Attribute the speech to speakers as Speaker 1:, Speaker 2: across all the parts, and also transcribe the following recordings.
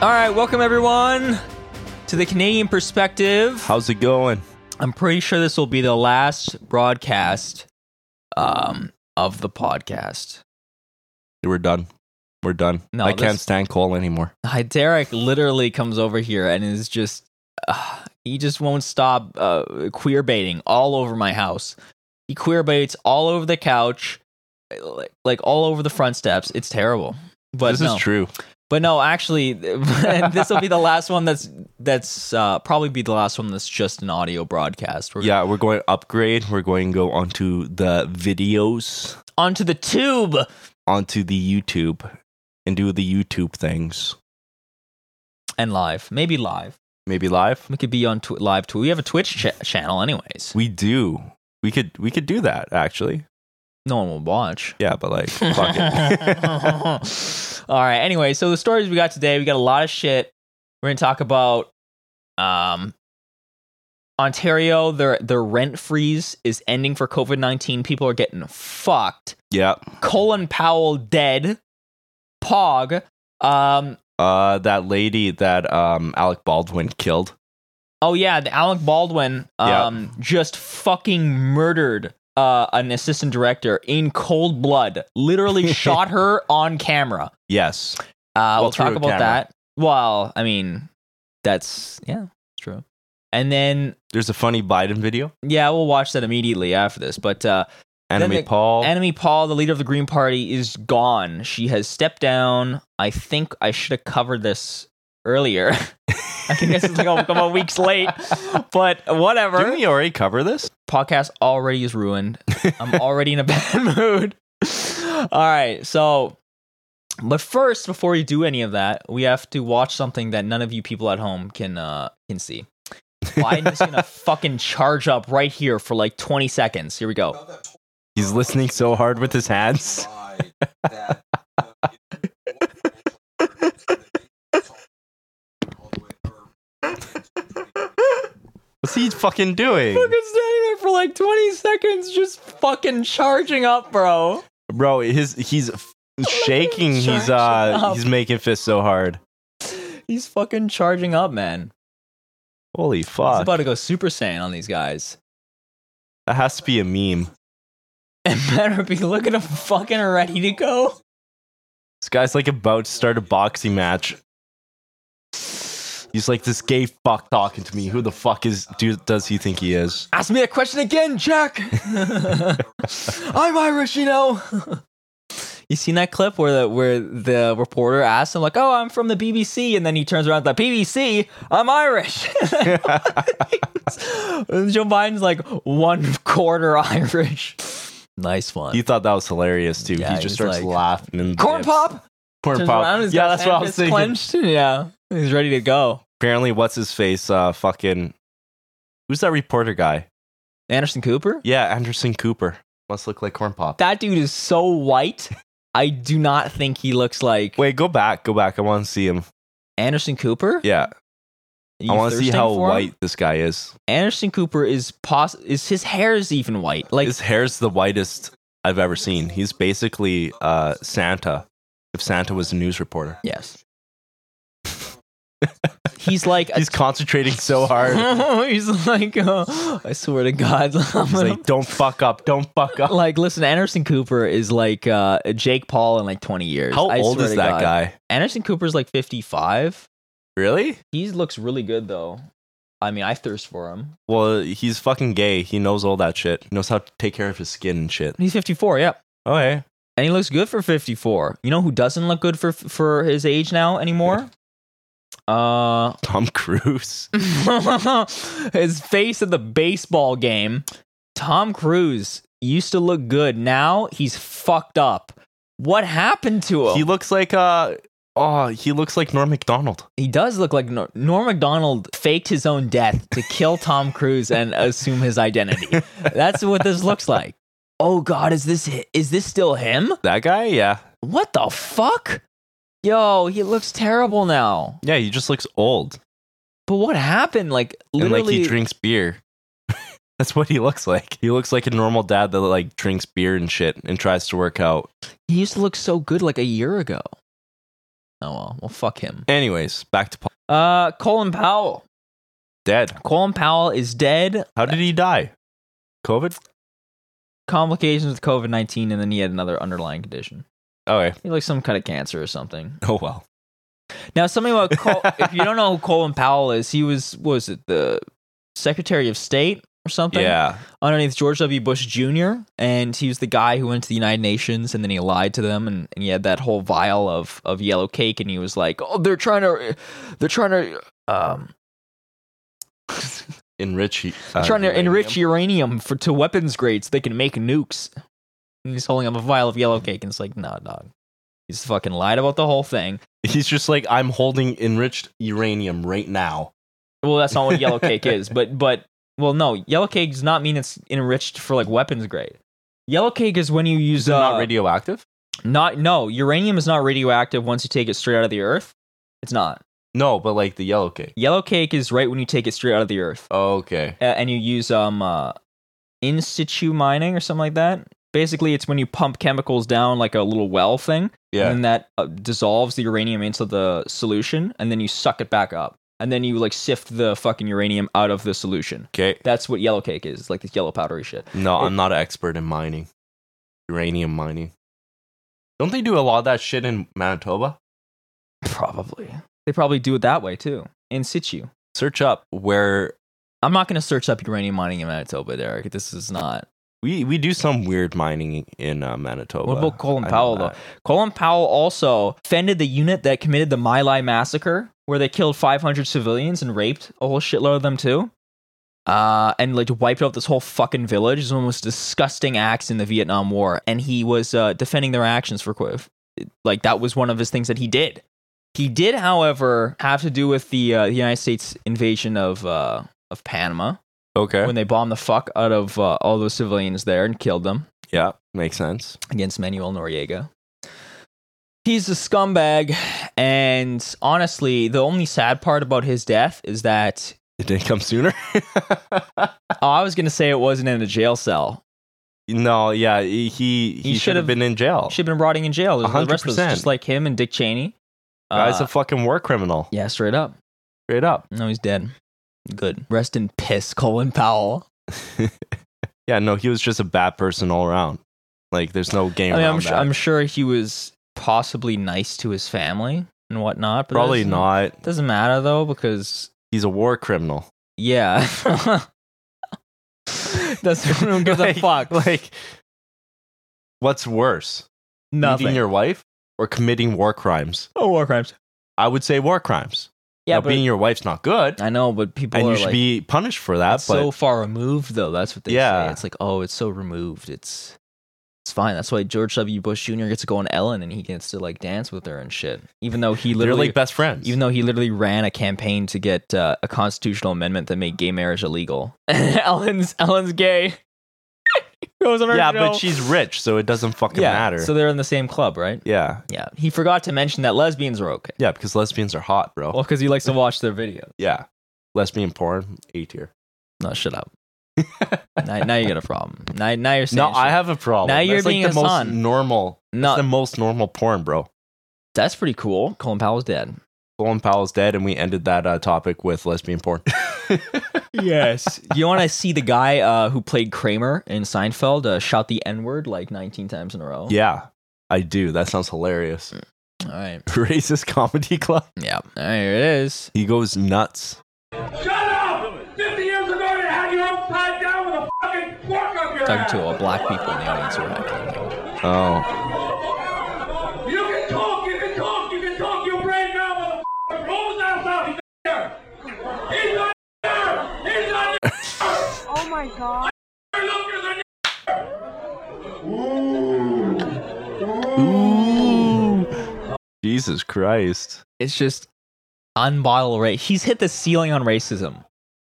Speaker 1: All right, welcome everyone to the Canadian Perspective.
Speaker 2: How's it going?
Speaker 1: I'm pretty sure this will be the last broadcast um, of the podcast.
Speaker 2: We're done. We're done.
Speaker 1: No,
Speaker 2: I can't
Speaker 1: this-
Speaker 2: stand Cole anymore.
Speaker 1: Hi, Derek literally comes over here and is just, uh, he just won't stop uh, queer baiting all over my house. He queer baits all over the couch, like, like all over the front steps. It's terrible. But
Speaker 2: this
Speaker 1: no.
Speaker 2: is true.
Speaker 1: But no, actually, this will be the last one. That's that's uh, probably be the last one. That's just an audio broadcast. We're
Speaker 2: Yeah, we're going to upgrade. We're going to go onto the videos,
Speaker 1: onto the tube.
Speaker 2: onto the YouTube, and do the YouTube things.
Speaker 1: and live, maybe live.
Speaker 2: Maybe live.
Speaker 1: We could be on tw- live. Tw- we have a Twitch cha- channel, anyways.
Speaker 2: We do. We could. We could do that actually.
Speaker 1: No one will watch.
Speaker 2: Yeah, but like, fuck it.
Speaker 1: All right. Anyway, so the stories we got today, we got a lot of shit. We're gonna talk about um, Ontario. Their their rent freeze is ending for COVID nineteen. People are getting fucked.
Speaker 2: yeah.
Speaker 1: Colin Powell dead. Pog. Um.
Speaker 2: Uh, that lady that um Alec Baldwin killed.
Speaker 1: Oh yeah, the Alec Baldwin
Speaker 2: Yeah.
Speaker 1: um just fucking murdered uh, an assistant director in cold blood. Literally shot her on camera.
Speaker 2: Yes.
Speaker 1: Uh,
Speaker 2: Well,
Speaker 1: we'll talk
Speaker 2: through a
Speaker 1: about
Speaker 2: camera.
Speaker 1: that. Well, I mean, that's yeah, it's true. And then
Speaker 2: There's a funny Biden video.
Speaker 1: yeah, we'll watch that immediately after this. But uh,
Speaker 2: Enemy
Speaker 1: they-
Speaker 2: Paul.
Speaker 1: Enemy Paul, the leader of the Green Party, is gone. She has stepped down. I think I should have covered this earlier. I think this is like a couple of weeks late, but whatever.
Speaker 2: Didn't we already cover this?
Speaker 1: Podcast already is ruined. I'm already in a bad mood. All right, so. But first, before we do any of that, we have to watch something that none of you people at home can uh, can see. Biden is gonna fucking charge up right here for like 20 seconds. Here we go.
Speaker 2: He's listening so hard with his hands. What's he fucking doing?
Speaker 1: fucking standing there for like 20 seconds just fucking charging up, bro.
Speaker 2: Bro, his he's f- shaking. He's
Speaker 1: Charging
Speaker 2: uh
Speaker 1: up.
Speaker 2: he's making fists so hard.
Speaker 1: He's fucking charging up, man.
Speaker 2: Holy
Speaker 1: He's
Speaker 2: fuck.
Speaker 1: about to go Super Saiyan on these guys.
Speaker 2: that has to be a meme.
Speaker 1: And better be looking fucking ready to go.
Speaker 2: This guy's like about to start a boxing match. He's like this gay fuck talking to me. Who the fuck is do, does he think he is?
Speaker 1: Ask me that question again, Jack. I'm Irish, you know. You seen that clip where the where the reporter asks him like, "Oh, I'm from the BBC," and then he turns around like, "BBC, I'm Irish." And Joe Biden's like one quarter Irish. Nice one.
Speaker 2: He thought that was hilarious too.
Speaker 1: Yeah,
Speaker 2: he just
Speaker 1: he's
Speaker 2: starts
Speaker 1: like,
Speaker 2: laughing and
Speaker 1: Corn pop.
Speaker 2: corn
Speaker 1: Turns around,
Speaker 2: pop.
Speaker 1: he's
Speaker 2: Yeah,
Speaker 1: got
Speaker 2: that's
Speaker 1: his
Speaker 2: what I was
Speaker 1: fist
Speaker 2: thinking.
Speaker 1: Clenched. Yeah, he's ready to go.
Speaker 2: Apparently, what's his face? Uh, fucking who's that reporter guy?
Speaker 1: Anderson Cooper.
Speaker 2: Yeah, Anderson Cooper. Must look like corn pop.
Speaker 1: That dude is so white. I do not think he looks like
Speaker 2: Wait, go back, go back. I want to see him.
Speaker 1: Anderson Cooper.
Speaker 2: Yeah,
Speaker 1: You
Speaker 2: I want to see
Speaker 1: thirsting
Speaker 2: how
Speaker 1: for him?
Speaker 2: white this guy is.
Speaker 1: Anderson Cooper is poss- is his hair is even white. Like
Speaker 2: His hair's the whitest I've ever seen. He's basically uh, Santa. If Santa was a news reporter,
Speaker 1: yes. He's like a
Speaker 2: he's concentrating so hard.
Speaker 1: He's like, uh, I swear to God, I'm
Speaker 2: He's
Speaker 1: gonna-
Speaker 2: like, "Don't fuck up, don't fuck up."
Speaker 1: like, listen, Anderson Cooper is like uh, Jake Paul in like 20 years.
Speaker 2: How
Speaker 1: I
Speaker 2: old
Speaker 1: swear
Speaker 2: is
Speaker 1: to
Speaker 2: that
Speaker 1: God.
Speaker 2: guy?
Speaker 1: Anderson Cooper's like 55.
Speaker 2: Really?
Speaker 1: He looks really good though. I mean, I thirst for him.
Speaker 2: Well, he's fucking gay. He knows all that shit. He knows how to take care of his skin and shit.
Speaker 1: He's 54, yeah.
Speaker 2: Oh yeah.
Speaker 1: And he looks good for 54. You know who doesn't look good for for his age now anymore? uh
Speaker 2: Tom Cruise.
Speaker 1: his face at the baseball game. Tom Cruise used to look good. Now he's fucked up. What happened to him?
Speaker 2: He looks like uh oh, he looks like Norm Macdonald.
Speaker 1: He does look like Nor- Norm Macdonald faked his own death to kill Tom Cruise and assume his identity. That's what this looks like. Oh God, is this hi- is this still him?
Speaker 2: That guy, yeah.
Speaker 1: What the fuck? Yo, he looks terrible now.
Speaker 2: Yeah, he just looks old.
Speaker 1: But what happened? Like literally,
Speaker 2: And like he drinks beer. That's what he looks like. He looks like a normal dad that like drinks beer and shit and tries to work out.
Speaker 1: he used to look so good like a year ago. Oh well, well fuck him.
Speaker 2: Anyways, back to Paul.
Speaker 1: Uh, Colin Powell.
Speaker 2: Dead.
Speaker 1: Colin Powell is dead.
Speaker 2: How did he die? COVID?
Speaker 1: Complications with COVID nineteen, and then he had another underlying condition.
Speaker 2: Okay.
Speaker 1: He had, like some kind of cancer or something.
Speaker 2: Oh, well.
Speaker 1: Now something about Col- if you don't know who Colin Powell is, he was what was it the Secretary of State or something?
Speaker 2: Yeah.
Speaker 1: underneath George W. Bush Jr. And he was the guy who went to the United Nations and then he lied to them and, and he had that whole vial of, of yellow cake and he was like, oh, they're trying to, they're trying to, um,
Speaker 2: Enrich. uh,
Speaker 1: trying to
Speaker 2: uranium.
Speaker 1: enrich uranium for to weapons grades so they can make nukes. And he's holding up a vial of yellow cake and it's like, nah, dog. He's fucking lied about the whole thing.
Speaker 2: He's just like, I'm holding enriched uranium right now.
Speaker 1: Well, that's not what yellow cake is, but but well, no, yellow cake does not mean it's enriched for like weapons grade. Yellow cake is when you use
Speaker 2: Is it
Speaker 1: uh,
Speaker 2: not radioactive?
Speaker 1: Not no, uranium is not radioactive once you take it straight out of the earth. It's not.
Speaker 2: No, but like the yellow cake.
Speaker 1: Yellow cake is right when you take it straight out of the earth,
Speaker 2: Okay.
Speaker 1: A- and you use um uh, in situ mining or something like that. Basically, it's when you pump chemicals down like a little well thing,
Speaker 2: Yeah.
Speaker 1: and then that uh, dissolves the uranium into the solution, and then you suck it back up, and then you like sift the fucking uranium out of the solution.
Speaker 2: okay.
Speaker 1: That's what yellow cake is, like this yellow powdery shit.
Speaker 2: No, I'm not an expert in mining. Uranium mining. Don't they do a lot of that shit in Manitoba?
Speaker 1: Probably they probably do it that way too, in situ.
Speaker 2: Search up where
Speaker 1: I'm not going to search up uranium mining in Manitoba, Derek. This is not.
Speaker 2: we, we do some weird mining in uh, Manitoba.
Speaker 1: What about Colin
Speaker 2: I know
Speaker 1: Powell,
Speaker 2: that.
Speaker 1: Colin Powell also defended the unit that committed the My Lai massacre, where they killed 500 civilians and raped a whole shitload of them, too. Uh, and like wiped out this whole fucking village. It was one of the most disgusting acts in the Vietnam War. And he was uh, defending their actions for Quiv. Like, that was one of his things that he did. He did, however, have to do with the, uh, the United States invasion of, uh, of Panama.
Speaker 2: Okay.
Speaker 1: when they bombed the fuck out of uh, all those civilians there and killed them
Speaker 2: yeah, makes sense.
Speaker 1: against Manuel Noriega. He's a scumbag, and honestly, the only sad part about his death is that
Speaker 2: It didn't come sooner.
Speaker 1: oh, I was gonna say it wasn't in a jail cell.
Speaker 2: no, yeah, he he,
Speaker 1: He
Speaker 2: should have
Speaker 1: should've-
Speaker 2: been in jail.
Speaker 1: Should have been rotting in jail. The rest of us,
Speaker 2: 100%.
Speaker 1: just like him and Dick Cheney.
Speaker 2: Guy's
Speaker 1: Uh,
Speaker 2: a fucking war criminal.
Speaker 1: yeah, straight up.
Speaker 2: Straight up.
Speaker 1: No, he's dead. Good. Rest in piss, Colin Powell.
Speaker 2: Yeah, no, he was just a bad person all around. Like, there's no game.
Speaker 1: I mean,
Speaker 2: around
Speaker 1: I'm, su-
Speaker 2: that.
Speaker 1: I'm sure he was possibly nice to his family and whatnot, but that
Speaker 2: probably
Speaker 1: doesn't-
Speaker 2: not.
Speaker 1: Doesn't matter though, because
Speaker 2: He's a war criminal.
Speaker 1: Yeah. That's who don't give a
Speaker 2: Like-
Speaker 1: fuck.
Speaker 2: Like, what's worse,
Speaker 1: Nothing.
Speaker 2: beating your wife or committing war crimes?
Speaker 1: oh, war crimes.
Speaker 2: I would say war crimes.
Speaker 1: Yeah,
Speaker 2: now,
Speaker 1: but
Speaker 2: beating your wife's not good,
Speaker 1: I know, but people
Speaker 2: and
Speaker 1: are
Speaker 2: you should
Speaker 1: like
Speaker 2: be punished for that. But
Speaker 1: "It's so far removed, though. That's what they
Speaker 2: Yeah.
Speaker 1: say. It's like, oh, it's so removed. It's it's fine. That's why George W. Bush Jr. gets to go on Ellen, and he gets to like dance with her and shit. Even though he
Speaker 2: they're
Speaker 1: literally,
Speaker 2: like best friends.
Speaker 1: even though he literally ran a campaign to get uh, a constitutional amendment that made gay marriage illegal. Ellen's Ellen's gay. Goes on her
Speaker 2: yeah, but
Speaker 1: show.
Speaker 2: she's rich, so it doesn't fucking
Speaker 1: yeah.
Speaker 2: matter.
Speaker 1: So they're in the same club, right?
Speaker 2: yeah,
Speaker 1: Yeah, he forgot to mention that lesbians are okay.
Speaker 2: yeah, because lesbians are hot, bro.
Speaker 1: Well, because he likes to watch their videos.
Speaker 2: yeah, lesbian porn, A tier.
Speaker 1: No, shut up. now, now you got a problem. Now, now you're saying
Speaker 2: No, I
Speaker 1: shit.
Speaker 2: have a problem.
Speaker 1: Now you're
Speaker 2: That's, like,
Speaker 1: being
Speaker 2: the
Speaker 1: a
Speaker 2: most
Speaker 1: son.
Speaker 2: normal.
Speaker 1: no.
Speaker 2: That's the most normal porn, bro.
Speaker 1: that's pretty cool. Colin Powell's dead.
Speaker 2: Colin Powell's dead, and we ended that uh, topic with lesbian porn.
Speaker 1: Yes. you want to see the guy uh, who played Kramer in Seinfeld uh, shout the N word like 19 times in a row?
Speaker 2: yeah, I do. That sounds hilarious.
Speaker 1: Mm. All right.
Speaker 2: Racist comedy club.
Speaker 1: Yeah. All right, here it is.
Speaker 2: He goes nuts.
Speaker 3: Shut up! 50 years ago, you had your upside down with a fucking fork up your
Speaker 1: Talking
Speaker 3: ass.
Speaker 1: to uh, black people in the audience who are heckling.
Speaker 2: Oh,
Speaker 3: You can talk, you can talk, you can talk your brain down with a rolls outside. He's not here. He's not here. He's not here.
Speaker 4: Oh my god.
Speaker 3: Look, there's a
Speaker 2: Jesus Christ.
Speaker 1: It's just unbottled race. He's hit the ceiling on racism.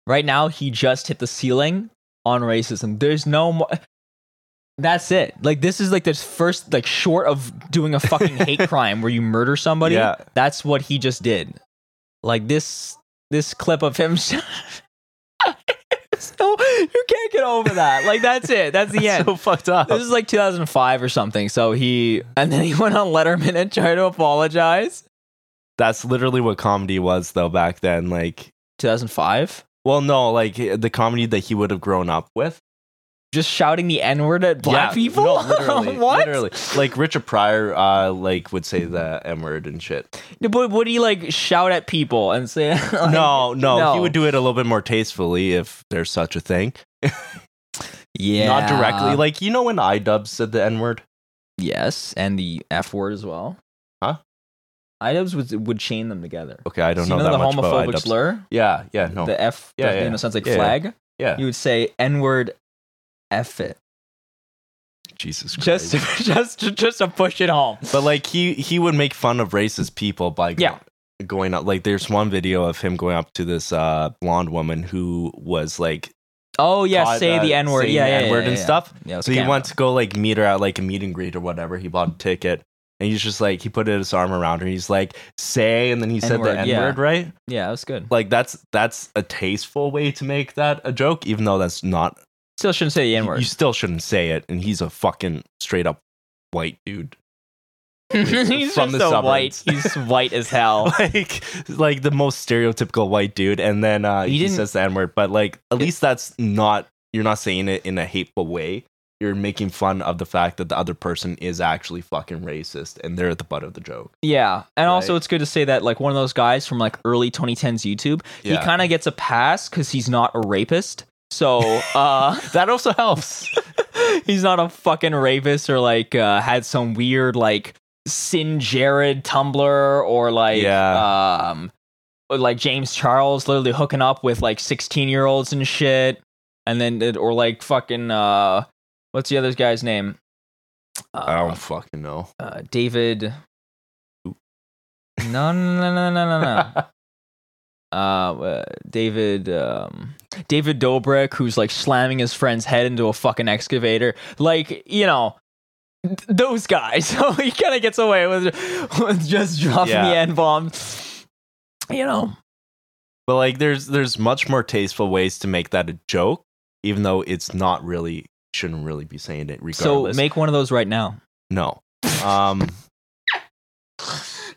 Speaker 1: Right now, he just hit the ceiling on racism. There's no more. That's it. Like this is like this first like short of doing a fucking hate crime where you murder somebody.
Speaker 2: Yeah.
Speaker 1: That's what he just did. Like this this clip of him. so you can't get over that. Like that's it. That's the end.
Speaker 2: So fucked up.
Speaker 1: This is like 2005 or something. So he and then he went on Letterman and tried to apologize.
Speaker 2: That's literally what comedy was though back then. Like,
Speaker 1: 2005.
Speaker 2: well, no, like the comedy that he would have grown up with.
Speaker 1: Just shouting the N word at black
Speaker 2: Yeah,
Speaker 1: people.
Speaker 2: No, literally,
Speaker 1: what?
Speaker 2: Literally, like Richard Pryor, uh, like would say the M word and shit.
Speaker 1: No, But would he like shout at people and say? like-
Speaker 2: no, no,
Speaker 1: Uh, no.
Speaker 2: he would do it a little bit more tastefully if there's such a thing.
Speaker 1: Yeah.
Speaker 2: Not directly, like you know when iDubbbz said the N word.
Speaker 1: Yes, and the F word as well.
Speaker 2: Huh?
Speaker 1: Idubs would would chain them together.
Speaker 2: Okay, I don't
Speaker 1: So you
Speaker 2: know,
Speaker 1: know
Speaker 2: that
Speaker 1: the
Speaker 2: much
Speaker 1: homophobic
Speaker 2: about iDubbbz.
Speaker 1: slur.
Speaker 2: Yeah, yeah, no,
Speaker 1: The F,
Speaker 2: Yeah,
Speaker 1: the-
Speaker 2: yeah.
Speaker 1: in a sense, like
Speaker 2: Yeah, yeah.
Speaker 1: flag.
Speaker 2: yeah.
Speaker 1: You would say N word, F it.
Speaker 2: Jesus
Speaker 1: Just,
Speaker 2: Christ.
Speaker 1: just, just to push it home.
Speaker 2: but like he he would make fun of racist people by go-
Speaker 1: Yeah.
Speaker 2: going up. Like there's one video of him going up to this uh blonde woman who was like
Speaker 1: Oh yeah,
Speaker 2: caught,
Speaker 1: say
Speaker 2: uh,
Speaker 1: the N word.
Speaker 2: saying
Speaker 1: Yeah,
Speaker 2: the
Speaker 1: yeah,
Speaker 2: N-word
Speaker 1: yeah,
Speaker 2: and
Speaker 1: yeah.
Speaker 2: stuff.
Speaker 1: Yeah, with
Speaker 2: So he
Speaker 1: camera.
Speaker 2: went to go like meet her at like a meet and greet or whatever. He bought a ticket and he's just like he put his arm around her. He's like say, and then he said
Speaker 1: N-word,
Speaker 2: the N word,
Speaker 1: yeah.
Speaker 2: right?
Speaker 1: Yeah, that was good.
Speaker 2: Like that's that's a tasteful way to make that a joke, even though that's not.
Speaker 1: Still shouldn't say the N
Speaker 2: You
Speaker 1: word.
Speaker 2: still shouldn't say it, and he's a fucking straight up white dude.
Speaker 1: He's just
Speaker 2: from the
Speaker 1: so white.
Speaker 2: suburbs.
Speaker 1: He's white as hell.
Speaker 2: like like the most stereotypical white dude and then uh
Speaker 1: He
Speaker 2: he,
Speaker 1: didn't-
Speaker 2: says the n-word but like at least that's not you're not saying it in a hateful way you're making fun of the fact that the other person is actually fucking racist and they're at the butt of the joke
Speaker 1: Yeah. And also
Speaker 2: Right.
Speaker 1: it's good to say that like one of those guys from like early 2010s YouTube, he
Speaker 2: Yeah.
Speaker 1: kind of gets a pass cuz he's not a rapist. So, uh
Speaker 2: that also helps
Speaker 1: he's not a fucking rapist or like uh had some weird like Sin Jared Tumblr or like
Speaker 2: Yeah.
Speaker 1: um or, like James Charles literally hooking up with like 16-year-olds and shit. And then it- or like fucking uh what's the other guy's name? Um,
Speaker 2: i don't fucking know
Speaker 1: uh, David. No, no, no, no, no, no, no. uh, uh, David, um, David Dobrik, who's like slamming his friend's head into a fucking excavator. Like, you know, th- those guys. So he kind of gets away with, with just dropping
Speaker 2: Yeah.
Speaker 1: the N bomb. You know,
Speaker 2: but like there's there's much more tasteful ways to make that a joke even though it's not really shouldn't really be saying it
Speaker 1: so
Speaker 2: regardless
Speaker 1: make one of those right now.
Speaker 2: no um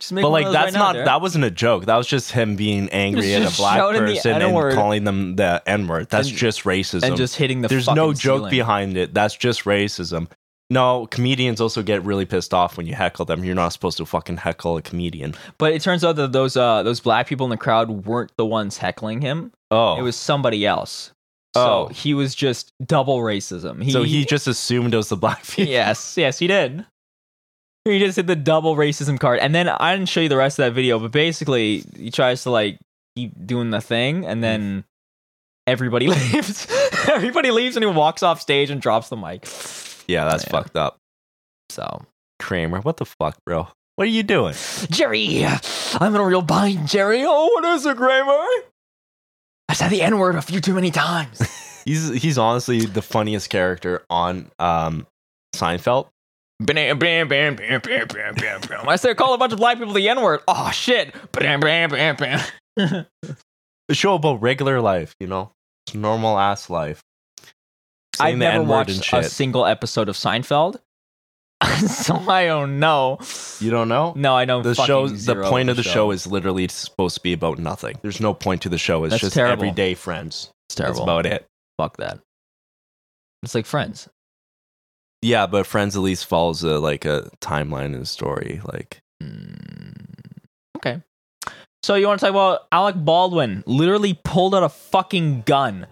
Speaker 1: Just make
Speaker 2: but
Speaker 1: one
Speaker 2: like
Speaker 1: of those
Speaker 2: that's
Speaker 1: right now,
Speaker 2: not
Speaker 1: Derek.
Speaker 2: that wasn't a joke. That was just him being angry at a
Speaker 1: just
Speaker 2: black
Speaker 1: shouting the
Speaker 2: person
Speaker 1: N-word.
Speaker 2: and calling them the N word. That's
Speaker 1: And-
Speaker 2: just racism.
Speaker 1: and just hitting the
Speaker 2: There's no
Speaker 1: fucking
Speaker 2: joke
Speaker 1: ceiling.
Speaker 2: behind it. That's just racism. No, comedians also get really pissed off when you heckle them. You're not supposed to fucking heckle a comedian.
Speaker 1: But it turns out that those uh those black people in the crowd weren't the ones heckling him.
Speaker 2: Oh,
Speaker 1: It was somebody else.
Speaker 2: Oh.
Speaker 1: So he was just double racism. He,
Speaker 2: so he just assumed it was the black people.
Speaker 1: yes, yes, he did. He just hit the double racism card, and then I didn't show you the rest of that video. But basically, he tries to like keep doing the thing, and then everybody leaves. everybody leaves, and he walks off stage and drops the mic.
Speaker 2: Yeah, that's
Speaker 1: Yeah.
Speaker 2: fucked up.
Speaker 1: So
Speaker 2: Kramer, what the fuck, bro? What are you doing?
Speaker 1: Jerry, I'm in a real bind, Jerry. Oh, what is it, Kramer? I said the N word a few too many times.
Speaker 2: He's he's honestly the funniest character on um Seinfeld.
Speaker 1: Bam, bam, bam, bam, bam, bam, bam, bam. I said call a bunch of black people the N word. Oh shit. Bam, bam, bam, bam.
Speaker 2: a show about regular life, you know, It's normal ass life.
Speaker 1: I've
Speaker 2: Saying the
Speaker 1: never
Speaker 2: N-word and
Speaker 1: watched a
Speaker 2: shit.
Speaker 1: single episode of Seinfeld, so I don't know.
Speaker 2: you don't know
Speaker 1: No, I know
Speaker 2: the show. The point of the show. is literally supposed to be about nothing. There's no point to the show. It's
Speaker 1: That's
Speaker 2: just
Speaker 1: terrible.
Speaker 2: everyday friends.
Speaker 1: it's terrible.
Speaker 2: That's about it.
Speaker 1: Fuck that. It's like Friends.
Speaker 2: Yeah, but Friends at least follows a, like a timeline and story. Like
Speaker 1: Mm, Okay. So you want to talk about Alec Baldwin literally pulled out a fucking gun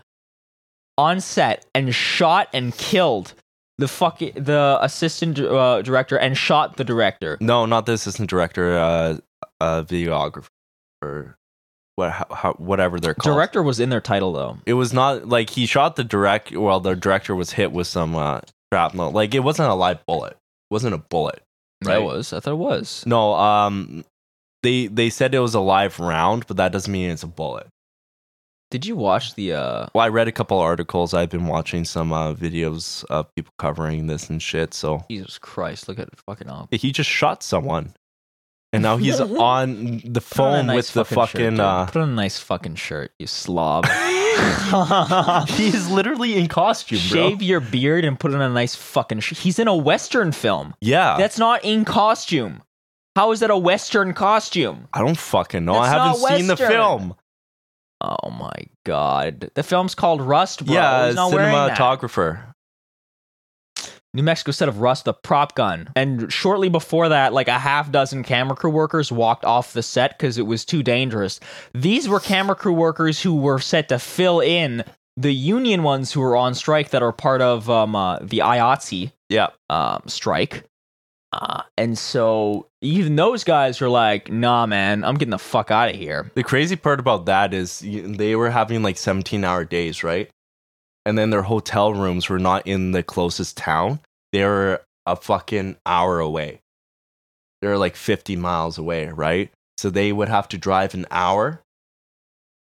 Speaker 1: on set and shot and killed the fuck the assistant uh, director and shot the director.
Speaker 2: no, not the assistant director, uh, uh videographer, or what, how, how, whatever they're called.
Speaker 1: Director was in their title though.
Speaker 2: It was not like he shot the direct. Well, the director was hit with some uh, shrapnel. Like it wasn't a live bullet. It wasn't a bullet.
Speaker 1: That
Speaker 2: Right.
Speaker 1: was. I thought it was.
Speaker 2: No, um, they they said it was a live round, but that doesn't mean it's a bullet.
Speaker 1: Did you watch the uh
Speaker 2: Well, I read a couple articles. I've been watching some uh, videos of people covering this and shit. So
Speaker 1: Jesus Christ, look at it fucking uh, up.
Speaker 2: he just shot someone, and now he's on the
Speaker 1: Put on a
Speaker 2: phone
Speaker 1: nice
Speaker 2: with the
Speaker 1: shirt,
Speaker 2: fucking.
Speaker 1: dude.
Speaker 2: uh,
Speaker 1: Put on a nice fucking shirt, you slob.
Speaker 2: he's literally in costume, bro.
Speaker 1: Shave your beard and put on a nice fucking shirt. He's in a western film.
Speaker 2: Yeah,
Speaker 1: That's not in costume. How is that a Western costume?
Speaker 2: I don't fucking know.
Speaker 1: That's
Speaker 2: I haven't
Speaker 1: not
Speaker 2: seen the
Speaker 1: Western.
Speaker 2: film.
Speaker 1: Oh my god. The film's called Rust, bro.
Speaker 2: yeah,
Speaker 1: He's not wearing that.
Speaker 2: cinematographer.
Speaker 1: New Mexico set of Rust, the prop gun. And shortly before that, like a half dozen camera crew workers walked off the set because it was too dangerous. These were camera crew workers who were set to fill in the union ones who were on strike that are part of um, uh, the IOTC
Speaker 2: Yeah,
Speaker 1: um, strike. Uh, and so even those guys are like, nah, man, I'm getting the fuck out of here.
Speaker 2: the crazy part about that is you- they were having like 17 hour days, right? And then their hotel rooms were not in the closest town. They were a fucking hour away. They were like 50 miles away, right? So they would have to drive an hour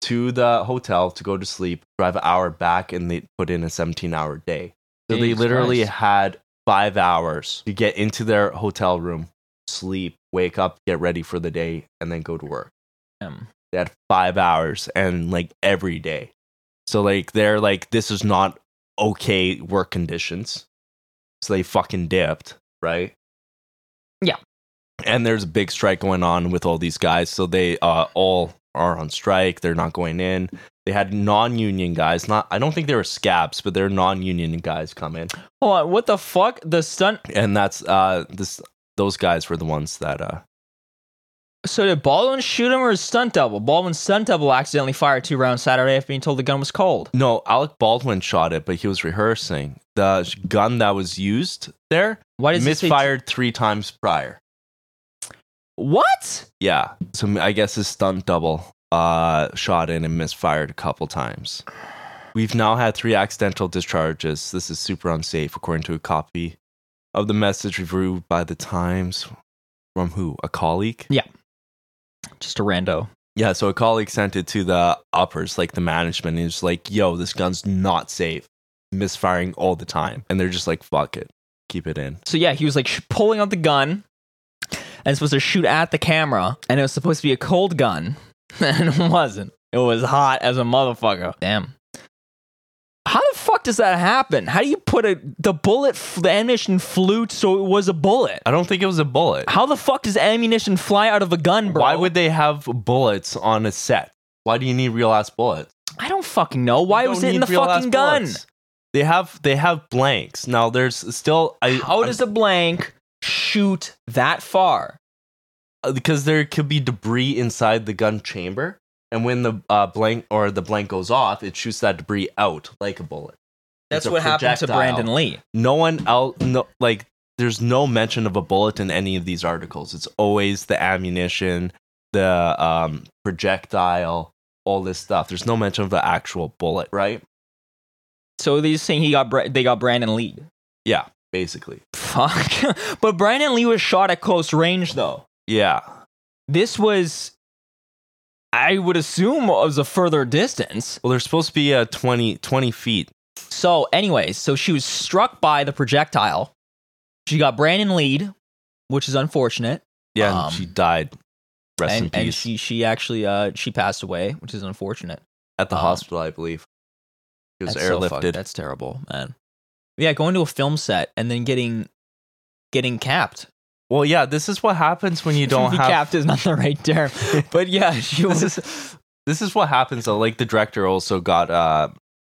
Speaker 2: to the hotel to go to sleep, drive an hour back, and they put in a 17 hour day. So they
Speaker 1: Jesus
Speaker 2: literally
Speaker 1: Christ.
Speaker 2: had five hours to get into their hotel room, sleep, wake up, get ready for the day, and then go to work
Speaker 1: Um,
Speaker 2: they had five hours and like every day so like they're like this is not okay work conditions so they fucking dipped right
Speaker 1: Yeah.
Speaker 2: and there's a big strike going on with all these guys so they uh all are on strike they're not going in they had non-union guys not i don't think they were scabs but they're non-union guys come in
Speaker 1: Hold on, what the fuck? The stunt.
Speaker 2: and that's uh this those guys were the ones that uh
Speaker 1: So did Baldwin shoot him or his stunt double? Baldwin's stunt double accidentally fired two rounds Saturday after being told the gun was cold.
Speaker 2: No, Alec Baldwin shot it, but he was rehearsing. The sh- gun that was used there
Speaker 1: Why does it say-
Speaker 2: misfired three times prior.
Speaker 1: What?
Speaker 2: Yeah. So m- I guess his stunt double uh, shot in and misfired a couple times. We've now had three accidental discharges. This is super unsafe, according to a copy of the message reviewed by the Times. From who? A colleague?
Speaker 1: Just a rando.
Speaker 2: Yeah, so a colleague sent it to the uppers, like the management, and he's like, yo, this gun's not safe. Misfiring all the time. And they're just like, fuck it. Keep it in.
Speaker 1: So yeah, he was like sh- pulling out the gun and supposed to shoot at the camera, and it was supposed to be a cold gun, and it wasn't. It was hot as a motherfucker. Damn. How the fuck does that happen? How do you put a the bullet f- the ammunition flew so it was a bullet?
Speaker 2: I don't think it was a bullet.
Speaker 1: How the fuck does ammunition fly out of a gun, Ah, bro?
Speaker 2: Why would they have bullets on a set? Why do you need real ass bullets?
Speaker 1: I don't fucking know. Why
Speaker 2: You
Speaker 1: was
Speaker 2: don't
Speaker 1: it in
Speaker 2: need
Speaker 1: the
Speaker 2: real-ass
Speaker 1: fucking gun?
Speaker 2: bullets. They have they have blanks. Now there's still I
Speaker 1: How does a blank shoot that far?
Speaker 2: uh, because there could be debris inside the gun chamber, and when the uh, blank or the blank goes off, it shoots that debris out like a bullet.
Speaker 1: That's
Speaker 2: It's a
Speaker 1: what happened to
Speaker 2: projectile.
Speaker 1: Brandon Lee.
Speaker 2: no one else no like there's no mention of a bullet in any of these articles it's always the ammunition the um projectile all this stuff there's no mention of the actual bullet right
Speaker 1: So they're saying he got Bra- they got Brandon Lee.
Speaker 2: yeah basically
Speaker 1: Fuck. but Brandon Lee was shot at close range, though.
Speaker 2: yeah
Speaker 1: This was, I would assume, was a further distance.
Speaker 2: well there's supposed to be a 20 20 feet
Speaker 1: So, anyways, so she was struck by the projectile. She got Brandon Lee, which is unfortunate.
Speaker 2: yeah
Speaker 1: Um,
Speaker 2: and she died rest
Speaker 1: and
Speaker 2: in
Speaker 1: and
Speaker 2: peace
Speaker 1: she she actually uh she passed away, which is unfortunate.
Speaker 2: at the
Speaker 1: um,
Speaker 2: hospital i believe she was
Speaker 1: That's so fucked.
Speaker 2: airlifted
Speaker 1: that's terrible, man. Yeah, going to a film set and then getting getting capped.
Speaker 2: well yeah this is what happens when you don't
Speaker 1: Be
Speaker 2: have
Speaker 1: capped is not the right term, but yeah, she was.
Speaker 2: this is this is what happens though. Like the director also got uh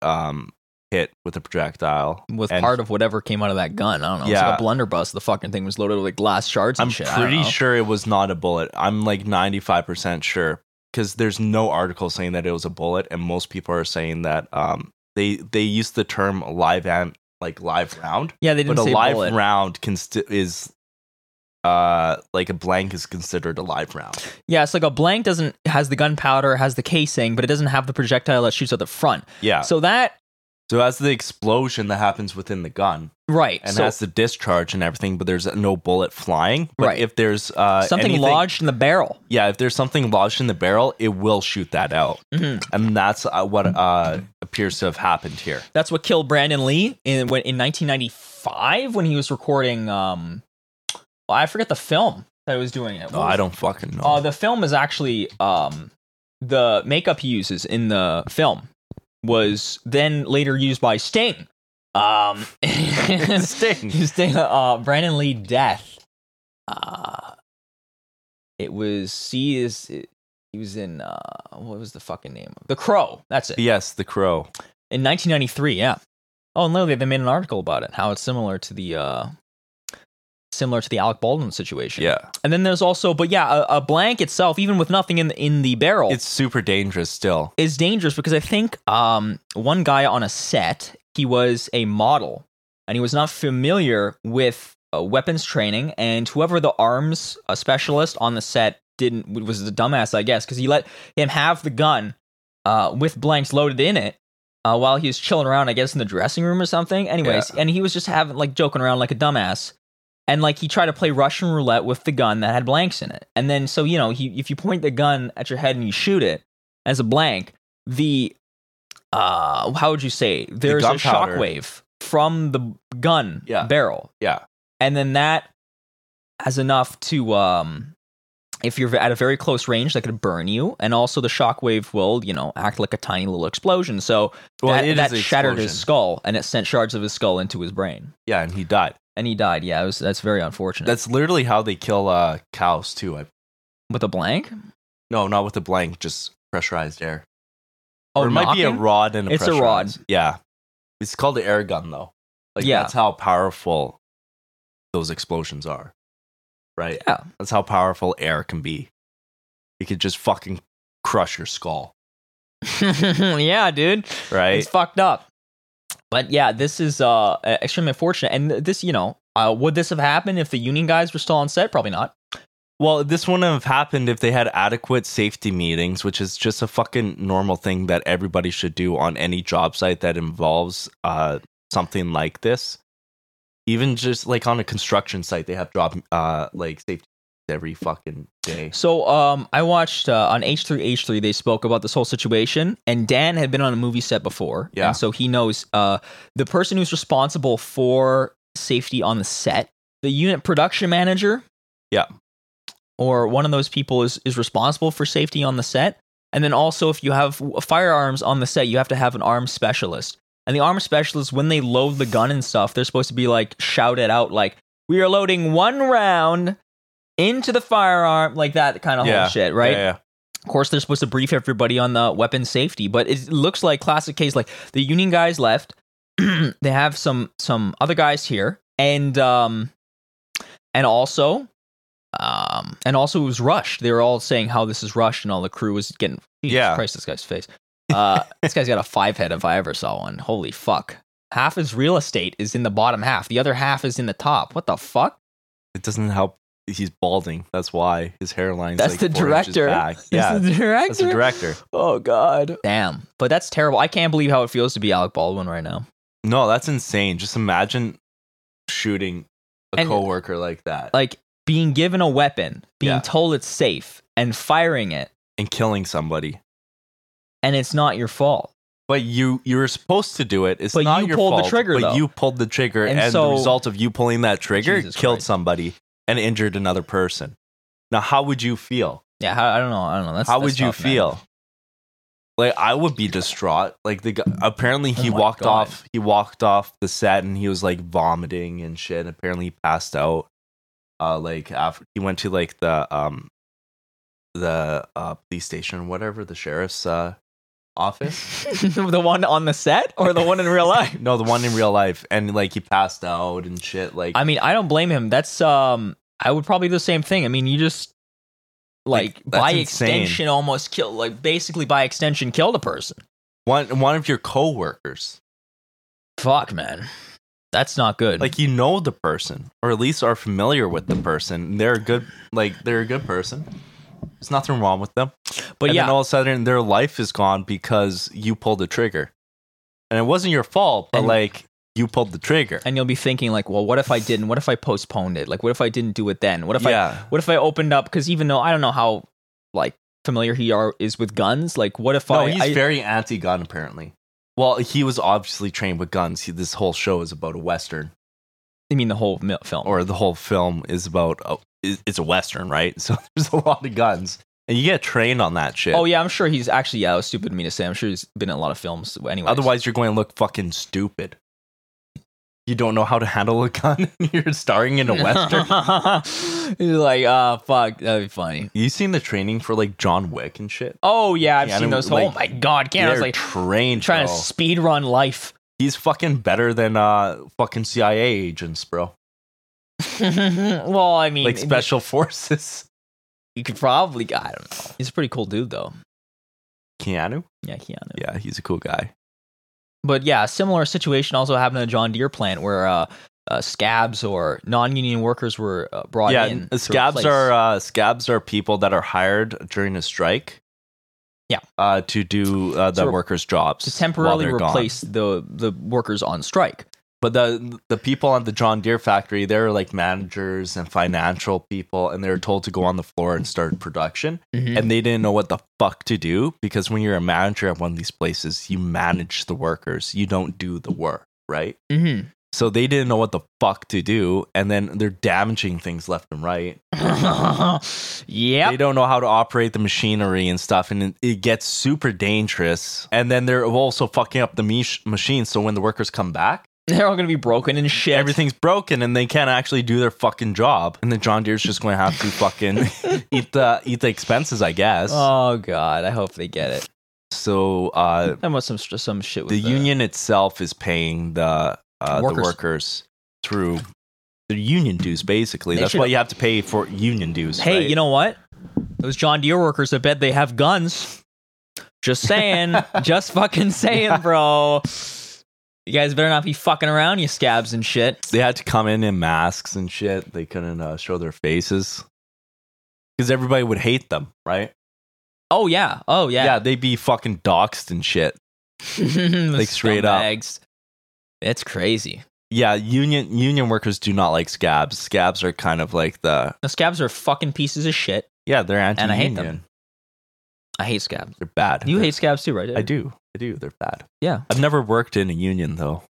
Speaker 2: um hit with a projectile
Speaker 1: with
Speaker 2: and
Speaker 1: part of whatever came out of that gun. I don't know. It's
Speaker 2: Yeah.
Speaker 1: like a blunderbuss. The fucking thing was loaded with like glass shards and
Speaker 2: I'm
Speaker 1: shit. I don't
Speaker 2: pretty
Speaker 1: know.
Speaker 2: sure it was not a bullet. I'm like 95% sure because there's no article saying that it was a bullet, and most people are saying that um they they use the term live am like live round,
Speaker 1: Yeah, they
Speaker 2: but
Speaker 1: didn't
Speaker 2: a
Speaker 1: say
Speaker 2: live
Speaker 1: bullet.
Speaker 2: round can sti- is uh like a blank is considered a live round.
Speaker 1: yeah, it's like a blank doesn't has the gunpowder, has the casing, but it doesn't have the projectile that shoots at the front.
Speaker 2: Yeah. So,
Speaker 1: So that
Speaker 2: that's the explosion that happens within the gun.
Speaker 1: right.
Speaker 2: and
Speaker 1: so
Speaker 2: that's the discharge and everything, but there's no bullet flying. But
Speaker 1: Right.
Speaker 2: if there's uh,
Speaker 1: something
Speaker 2: anything-
Speaker 1: lodged in the barrel.
Speaker 2: yeah, if there's something lodged in the barrel, it will shoot that out,
Speaker 1: Mhm.
Speaker 2: and that's uh, what uh, appears to have happened here.
Speaker 1: That's what killed Brandon Lee in when in 1995 when he was recording. Um, well, I forget the film that he was doing it. What
Speaker 2: No,
Speaker 1: was
Speaker 2: Oh, I don't fucking know.
Speaker 1: Uh, the film is actually um, the makeup he uses in the film was then later used by Sting. Um,
Speaker 2: Sting.
Speaker 1: Sting. Uh, Brandon Lee Death. Uh, It was C is it, he was in uh what was the fucking name? of The Crow. That's it.
Speaker 2: Yes, The Crow.
Speaker 1: In 1993, yeah. Oh, and literally they made an article about it, how it's similar to the uh similar to the Alec Baldwin situation.
Speaker 2: Yeah,
Speaker 1: And then there's also but yeah, a, a blank itself even with nothing in the, in the barrel
Speaker 2: it's super dangerous still.
Speaker 1: is dangerous because I think um, one guy on a set, he was a model and he was not familiar with uh, weapons training. And whoever the arms uh, specialist on the set didn't was the dumbass, I guess, because he let him have the gun uh, with blanks loaded in it. Uh, while he was chilling around, I guess in the dressing room or something. Anyways, and he was just having like joking around like a dumbass, and like he tried to play Russian roulette with the gun that had blanks in it. And then so you know, he if you point the gun at your head and you shoot it, as a blank, the uh how would you say there's a
Speaker 2: gunpowder.
Speaker 1: shockwave from the gun
Speaker 2: Yeah.
Speaker 1: barrel.
Speaker 2: Yeah.
Speaker 1: And then that has enough to um if you're at a very close range that could burn you and also the shockwave will, you know, act like a tiny little explosion. So that,
Speaker 2: it is
Speaker 1: that
Speaker 2: an
Speaker 1: shattered his
Speaker 2: explosion.
Speaker 1: skull and it sent shards of his skull into his brain.
Speaker 2: Yeah, and he died.
Speaker 1: And he died. Yeah, it was, that's very unfortunate.
Speaker 2: That's literally how they kill uh, cows too. I,
Speaker 1: with a blank?
Speaker 2: no, not with a blank, just pressurized air.
Speaker 1: Oh,
Speaker 2: or it might be a
Speaker 1: knocking?
Speaker 2: rod and a
Speaker 1: It's a rod.
Speaker 2: pressurized- Yeah, it's called the air gun though. Like
Speaker 1: Yeah.
Speaker 2: that's how powerful those explosions are. Right.
Speaker 1: Yeah.
Speaker 2: That's how powerful air can be. It could just fucking crush your skull.
Speaker 1: yeah, dude.
Speaker 2: Right.
Speaker 1: It's fucked up. But yeah, this is uh extremely unfortunate. And this, you know, uh, would this have happened if the union guys were still on set? Probably not.
Speaker 2: Well, this wouldn't have happened if they had adequate safety meetings, which is just a fucking normal thing that everybody should do on any job site that involves uh, something like this. Even just like on a construction site, they have job uh, like safety every fucking day.
Speaker 1: So um, I watched uh, on H3H3, they spoke about this whole situation, and Dan had been on a movie set before.
Speaker 2: Yeah.
Speaker 1: And so he knows uh, the person who's responsible for safety on the set, the unit production manager.
Speaker 2: Yeah.
Speaker 1: Or one of those people is, is responsible for safety on the set. And then also, if you have firearms on the set, you have to have an arms specialist. And the arms specialist, when they load the gun and stuff, they're supposed to be like, shout it out, like, we are loading one round into the firearm, like that kind of
Speaker 2: Yeah.
Speaker 1: whole shit, right?
Speaker 2: Yeah, yeah.
Speaker 1: Of course, they're supposed to brief everybody on the weapon safety, but it looks like classic case. Like the union guys left, they have some some other guys here, and um, and also, um, and also it was rushed. They were all saying how this is rushed, and all the crew was getting. Jesus
Speaker 2: Yeah.
Speaker 1: Christ, this guy's face. Uh, this guy's got a five head if I ever saw one. Holy fuck! Half his real estate is in the bottom half. The other half is in the top. What the fuck?
Speaker 2: It doesn't help. He's balding. That's why his hairline's
Speaker 1: That's
Speaker 2: like
Speaker 1: the
Speaker 2: four inches
Speaker 1: director.
Speaker 2: back.
Speaker 1: That's
Speaker 2: Yeah,
Speaker 1: the director.
Speaker 2: that's the director.
Speaker 1: Oh God. Damn. But that's terrible. I can't believe how it feels to be Alec Baldwin right now.
Speaker 2: No, that's insane. Just imagine shooting a
Speaker 1: And-
Speaker 2: coworker like that
Speaker 1: Like being given a weapon, being
Speaker 2: Yeah.
Speaker 1: told it's safe, and firing it,
Speaker 2: and killing somebody.
Speaker 1: and it's not your fault.
Speaker 2: But you you were supposed to do it. It's
Speaker 1: But
Speaker 2: not
Speaker 1: you
Speaker 2: your
Speaker 1: pulled the
Speaker 2: fault.
Speaker 1: trigger,
Speaker 2: but
Speaker 1: though.
Speaker 2: you pulled the trigger,
Speaker 1: And
Speaker 2: and,
Speaker 1: so-
Speaker 2: the result of you pulling that trigger
Speaker 1: Jesus
Speaker 2: killed
Speaker 1: Christ.
Speaker 2: somebody and injured another person. Now, how would you feel?
Speaker 1: Yeah, how- I don't know. I don't know. That's
Speaker 2: how
Speaker 1: that's
Speaker 2: would you
Speaker 1: tough, man.
Speaker 2: feel? Like I would be distraught. Like the guy, apparently he
Speaker 1: Oh my
Speaker 2: walked
Speaker 1: God.
Speaker 2: off. He walked off the set and he was like vomiting and shit. Apparently he passed out. Uh, like after he went to like the um, the uh police station, whatever the sheriff's uh office.
Speaker 1: the one on the set or the one in real life?
Speaker 2: No, the one in real life, and like he passed out and shit. Like,
Speaker 1: I mean, I don't blame him. That's um, I would probably do the same thing. I mean, you just like,
Speaker 2: Like, that's
Speaker 1: by
Speaker 2: insane.
Speaker 1: extension almost kill like basically by extension killed a person.
Speaker 2: one one of your coworkers,
Speaker 1: Fuck, man. That's not good.
Speaker 2: like you know the person, or at least are familiar with the person. They're a good, like they're a good person. There's nothing wrong with them.
Speaker 1: but
Speaker 2: and
Speaker 1: yeah,
Speaker 2: then all of a sudden, their life is gone because you pulled the trigger, and it wasn't your fault. But
Speaker 1: And-
Speaker 2: like you pulled the trigger.
Speaker 1: and you'll be thinking like well what if i didn't what if i postponed it like what if i didn't do it then what if i
Speaker 2: yeah,
Speaker 1: what if i opened up because even though i don't know how like familiar he are is with guns like what if
Speaker 2: no,
Speaker 1: i,
Speaker 2: he's
Speaker 1: I-
Speaker 2: very anti-gun apparently. Well, he was obviously trained with guns. He, this whole show is about a western.
Speaker 1: I mean the whole mil- film
Speaker 2: or the whole film is about a, is- it's a western, right? So there's a lot of guns, and you get trained on that shit.
Speaker 1: oh yeah i'm sure he's actually yeah it was stupid of me to say i'm sure he's been in a lot of films anyway
Speaker 2: Otherwise, you're going to look fucking stupid. you don't know how to handle a gun. and You're starring in a western.
Speaker 1: He's like, ah, fuck, that'd be funny.
Speaker 2: You seen the training for like John Wick and shit?
Speaker 1: Oh yeah, I've
Speaker 2: Yeah,
Speaker 1: seen
Speaker 2: and,
Speaker 1: those. oh
Speaker 2: like,
Speaker 1: my god, Keanu's
Speaker 2: They're
Speaker 1: like
Speaker 2: trained,
Speaker 1: trying to
Speaker 2: bro.
Speaker 1: speed run life.
Speaker 2: He's fucking better than uh fucking CIA agents, bro.
Speaker 1: well, I mean,
Speaker 2: Like special forces.
Speaker 1: you could probably. I don't know. He's a pretty cool dude though.
Speaker 2: Keanu?
Speaker 1: Yeah, Keanu.
Speaker 2: Yeah, he's a cool guy.
Speaker 1: but yeah, similar situation also happened at a John Deere plant where uh, uh, scabs or non-union workers were uh, brought
Speaker 2: yeah,
Speaker 1: in.
Speaker 2: n- scabs
Speaker 1: to
Speaker 2: are
Speaker 1: replace-
Speaker 2: uh, scabs are people that are hired during a strike.
Speaker 1: Yeah.
Speaker 2: uh, to do uh, the
Speaker 1: To re-
Speaker 2: workers' jobs
Speaker 1: to
Speaker 2: while
Speaker 1: temporarily
Speaker 2: they're gone.
Speaker 1: replace the the workers on strike.
Speaker 2: But the the people at the John Deere factory, they're like managers and financial people, and they were told to go on the floor and start production, and they didn't know what the fuck to do because when you're a manager at one of these places, you manage the workers, you don't do the work, right?
Speaker 1: Mhm.
Speaker 2: So they didn't know what the fuck to do, and then they're damaging things left and right. They
Speaker 1: yep.
Speaker 2: don't know how to operate the machinery and stuff, and it, it gets super dangerous. And then they're also fucking up the mach- machine. So when the workers come back,
Speaker 1: They're all gonna be broken and shit.
Speaker 2: everything's broken, and they can't actually do their fucking job. And the John Deere's just going to have to fucking eat the eat the expenses, I guess.
Speaker 1: Oh god, I hope they get it.
Speaker 2: so uh,
Speaker 1: I want some str- some shit with
Speaker 2: the union itself is paying the uh, the
Speaker 1: Workers.
Speaker 2: workers through the union dues. Basically,
Speaker 1: They
Speaker 2: that's
Speaker 1: should-
Speaker 2: why you have to pay for union dues.
Speaker 1: Hey,
Speaker 2: right?
Speaker 1: you know what? Those John Deere workers, I bet they have guns. Just saying, just fucking saying, bro. You guys better not be fucking around, you scabs and shit.
Speaker 2: they had to come in in masks and shit. They couldn't uh, show their faces because everybody would hate them, right?
Speaker 1: Oh yeah. Oh yeah.
Speaker 2: they'd be fucking doxxed and shit.
Speaker 1: like
Speaker 2: straight up.
Speaker 1: It's crazy.
Speaker 2: Yeah, union union workers do not like scabs. Scabs are kind of like the
Speaker 1: The scabs are fucking pieces of shit.
Speaker 2: yeah, they're anti
Speaker 1: I hate
Speaker 2: union.
Speaker 1: them. I hate scabs.
Speaker 2: They're bad.
Speaker 1: You
Speaker 2: They're-
Speaker 1: hate scabs too, right?
Speaker 2: I do. I do. They're bad.
Speaker 1: Yeah.
Speaker 2: I've never worked in a union though.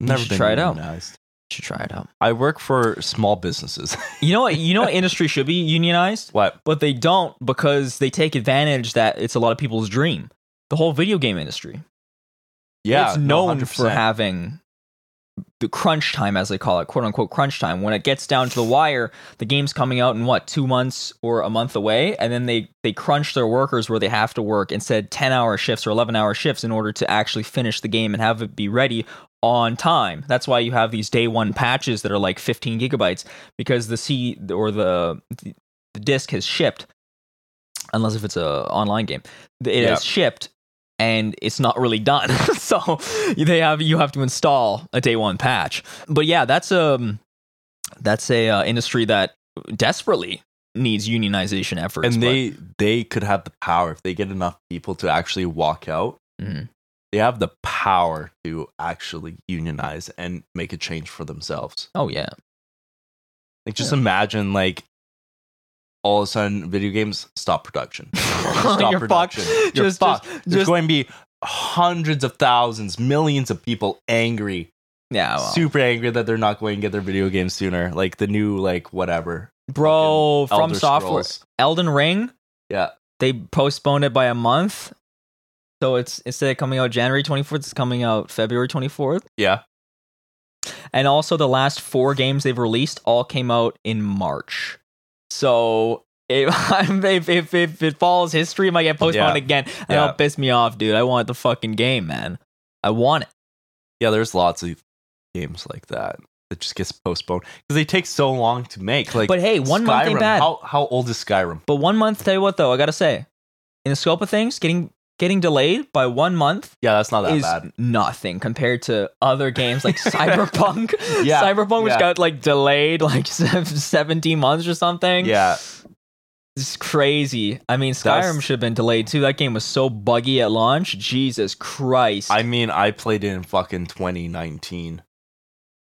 Speaker 2: Never
Speaker 1: should
Speaker 2: been
Speaker 1: try it out.
Speaker 2: unionized.
Speaker 1: Should try it out.
Speaker 2: I work for small businesses.
Speaker 1: You know what? You know what industry should be unionized,
Speaker 2: what?
Speaker 1: but they don't because they take advantage that it's a lot of people's dream. The whole video game industry.
Speaker 2: Yeah,
Speaker 1: it's known for
Speaker 2: 100%.
Speaker 1: having the crunch time, as they call it, quote unquote crunch time. When it gets down to the wire, the game's coming out in what two months or a month away, and then they they crunch their workers where they have to work instead ten hour shifts or eleven hour shifts in order to actually finish the game and have it be ready on time. That's why you have these day one patches that are like fifteen gigabytes because the C or the the, the disc has shipped, unless if it's a online game, it
Speaker 2: Yeah.
Speaker 1: has shipped and it's not really done. so they have you have to install a day one patch. But yeah, that's um that's a uh, industry that desperately needs unionization efforts.
Speaker 2: and
Speaker 1: but-
Speaker 2: they they could have the power if they get enough people to actually walk out
Speaker 1: Mhm.
Speaker 2: they have the power to actually unionize and make a change for themselves
Speaker 1: oh yeah,
Speaker 2: like just
Speaker 1: Yeah.
Speaker 2: imagine like all of a sudden video games stop production stop
Speaker 1: you're fucked.
Speaker 2: production
Speaker 1: Just,
Speaker 2: You're
Speaker 1: just,
Speaker 2: fucked.
Speaker 1: just,
Speaker 2: there's going to be hundreds of thousands millions of people angry
Speaker 1: yeah, well,
Speaker 2: super angry that they're not going to get their video games sooner like the new like whatever
Speaker 1: bro. From
Speaker 2: Elder
Speaker 1: software,
Speaker 2: Scrolls.
Speaker 1: Elden Ring.
Speaker 2: yeah
Speaker 1: They postponed it by a month. So it's instead of coming out January 24th, it's coming out February 24th.
Speaker 2: yeah
Speaker 1: And also, the last four games they've released all came out in March. So it, I'm- if, if, if it follows history, it might get postponed
Speaker 2: Yeah.
Speaker 1: again. And
Speaker 2: Yeah.
Speaker 1: That'll piss me off, dude. I want the fucking game, man. I want it.
Speaker 2: Yeah, there's lots of games like that that just gets postponed because they take so long to make. Like,
Speaker 1: but hey, one month ain't
Speaker 2: Skyrim,
Speaker 1: bad.
Speaker 2: How how old is Skyrim?
Speaker 1: but one month, tell you what though, I gotta say, in the scope of things, getting getting delayed by one month
Speaker 2: Yeah, that's not that
Speaker 1: is
Speaker 2: bad.
Speaker 1: nothing compared to other games like Cyberpunk.
Speaker 2: Yeah,
Speaker 1: Cyberpunk, which
Speaker 2: yeah.
Speaker 1: got like delayed like 17 months or something.
Speaker 2: Yeah,
Speaker 1: It's crazy. I mean,
Speaker 2: That's-
Speaker 1: Skyrim should have been delayed too. That game was so buggy at launch. Jesus Christ.
Speaker 2: I mean, I played it in fucking 2019,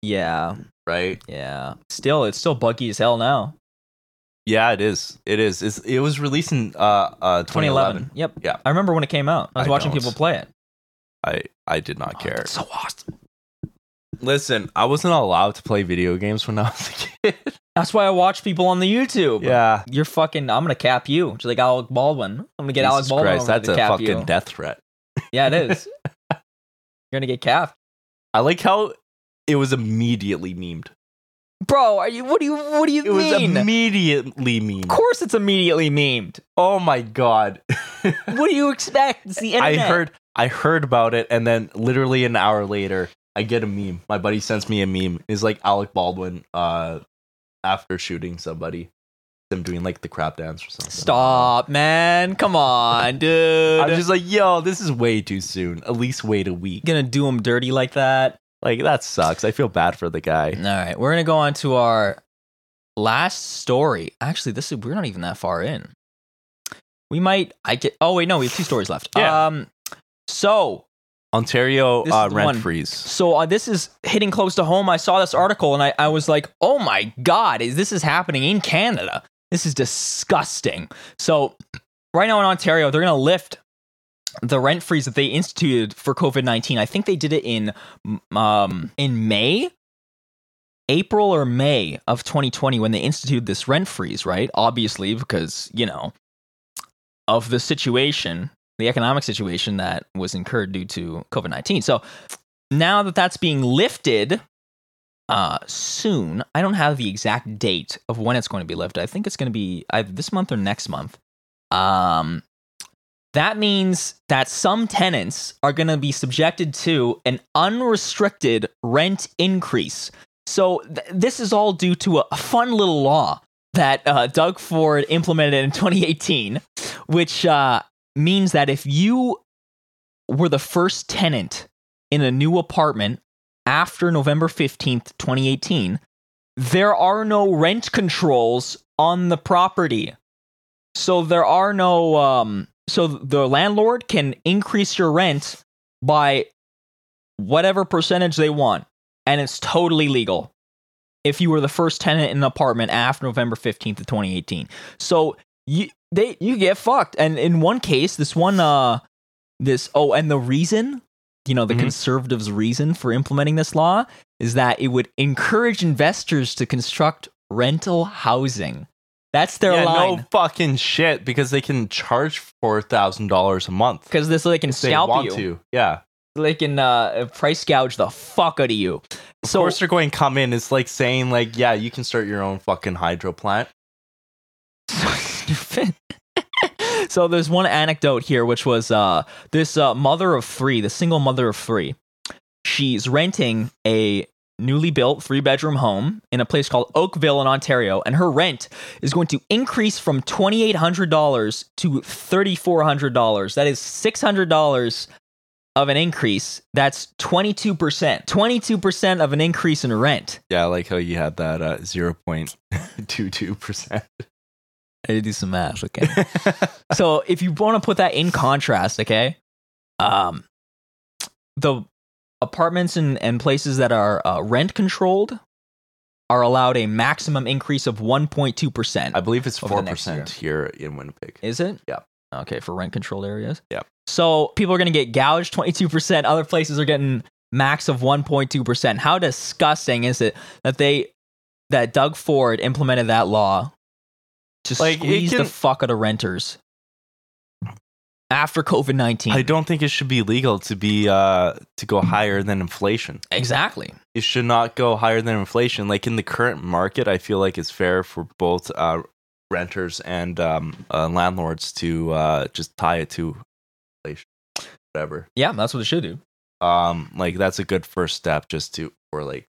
Speaker 1: yeah,
Speaker 2: right?
Speaker 1: yeah. Still, it's still buggy as hell now.
Speaker 2: Yeah, it is. It is. It's, it was released in uh uh
Speaker 1: 2011.
Speaker 2: 2011.
Speaker 1: Yep.
Speaker 2: Yeah.
Speaker 1: I remember when it came out. I was
Speaker 2: I
Speaker 1: watching
Speaker 2: don't.
Speaker 1: people play it.
Speaker 2: I I did not
Speaker 1: Oh,
Speaker 2: care.
Speaker 1: that's so awesome.
Speaker 2: Listen, I wasn't allowed to play video games when I was a kid.
Speaker 1: That's why I watch people on the YouTube.
Speaker 2: yeah,
Speaker 1: You're fucking. I'm gonna cap you, just like Alec Baldwin. I'm gonna get Alec
Speaker 2: Jesus
Speaker 1: Baldwin.
Speaker 2: Christ,
Speaker 1: over
Speaker 2: that's
Speaker 1: to
Speaker 2: a
Speaker 1: cap
Speaker 2: fucking
Speaker 1: you.
Speaker 2: death threat.
Speaker 1: Yeah, it is. You're gonna get capped.
Speaker 2: I like how It was immediately memed.
Speaker 1: Bro, are you? What do you? What do you
Speaker 2: It was
Speaker 1: mean?
Speaker 2: immediately
Speaker 1: of
Speaker 2: memed.
Speaker 1: course, it's immediately memed.
Speaker 2: Oh my god.
Speaker 1: What do you expect? It's the
Speaker 2: I
Speaker 1: internet.
Speaker 2: heard I heard about it and then literally an hour later I get a meme. My buddy sends me a meme. It's like Alec Baldwin uh after shooting somebody. Them doing like the crap dance or something.
Speaker 1: Stop, man! Come on, dude.
Speaker 2: I'm just like, yo, this is way too soon. At least wait a week.
Speaker 1: gonna do him dirty like that.
Speaker 2: Like that sucks. I feel bad for the guy.
Speaker 1: All right, we're gonna go on to our last story. Actually, this is we're not even that far in. We might. I get. Oh wait, no, we have two stories left.
Speaker 2: Yeah.
Speaker 1: Um. So
Speaker 2: Ontario
Speaker 1: This is
Speaker 2: uh,
Speaker 1: the
Speaker 2: rent
Speaker 1: one.
Speaker 2: freeze.
Speaker 1: So uh, this is hitting close to home. I saw this article and I, I was like, oh my God, is this is happening in Canada? This is disgusting. So right now in Ontario, they're going to lift the rent freeze that they instituted for COVID 19. I think they did it in, um, in May. April or May of 2020, when they instituted this rent freeze, right? Obviously, because, you know, of the situation, the economic situation that was incurred due to COVID 19. So now that that's being lifted uh soon i don't have the exact date of when it's going to be lifted i think it's going to be either this month or next month um that means that some tenants are going to be subjected to an unrestricted rent increase so th- this is all due to a, a fun little law that uh, doug ford implemented in 2018 which uh, means that if you were the first tenant in a new apartment after November 15th, 2018, there are no rent controls on the property. So there are no um so the landlord can increase your rent by whatever percentage they want and it's totally legal if you were the first tenant in an apartment after November 15th of 2018. So you they you get fucked and in one case this one uh this oh and the reason you know the
Speaker 2: Mhm.
Speaker 1: conservatives reason for implementing this law is that it would encourage investors to construct rental housing that's their
Speaker 2: yeah,
Speaker 1: line
Speaker 2: no fucking shit because they can charge four thousand dollars a month.
Speaker 1: because this they can
Speaker 2: If they
Speaker 1: scalp
Speaker 2: want
Speaker 1: you
Speaker 2: to. Yeah.
Speaker 1: they can uh, price gouge the fuck out of you
Speaker 2: Of
Speaker 1: so
Speaker 2: course they're going to come in. It's like saying like, yeah, you can start your own fucking hydro plant.
Speaker 1: so stupid. so there's one anecdote here, which was uh, this uh, mother of three, the single mother of three. She's renting a newly built three bedroom home in a place called Oakville in Ontario, and her rent is going to increase from twenty eight hundred dollars to thirty four hundred dollars. That is six hundred dollars of an increase. That's twenty two percent. Twenty two percent of an increase in rent.
Speaker 2: Yeah, I like how you had that uh, 0.22%.
Speaker 1: I did do some math, okay. so if you want to put that in contrast, okay, um, the apartments and, and places that are uh, rent controlled are allowed a maximum increase of 1.2%.
Speaker 2: I believe it's
Speaker 1: Over the next
Speaker 2: 4% here in Winnipeg.
Speaker 1: Is it?
Speaker 2: Yeah.
Speaker 1: Okay, for rent controlled areas.
Speaker 2: Yeah.
Speaker 1: So people are going to get gouged 22%. Other places are getting max of 1.2%. How disgusting is it that they, that Doug Ford implemented that law to
Speaker 2: Like, it
Speaker 1: squeeze the
Speaker 2: can-
Speaker 1: fuck out of renters after COVID 19?
Speaker 2: I don't think it should be legal to be uh, to go higher than inflation.
Speaker 1: Exactly.
Speaker 2: It should not go higher than inflation. Like in the current market, I feel like it's fair for both uh, renters and um, uh, landlords to uh, just tie it to inflation, whatever.
Speaker 1: Yeah, that's what it should do.
Speaker 2: um like that's a good first step just to or like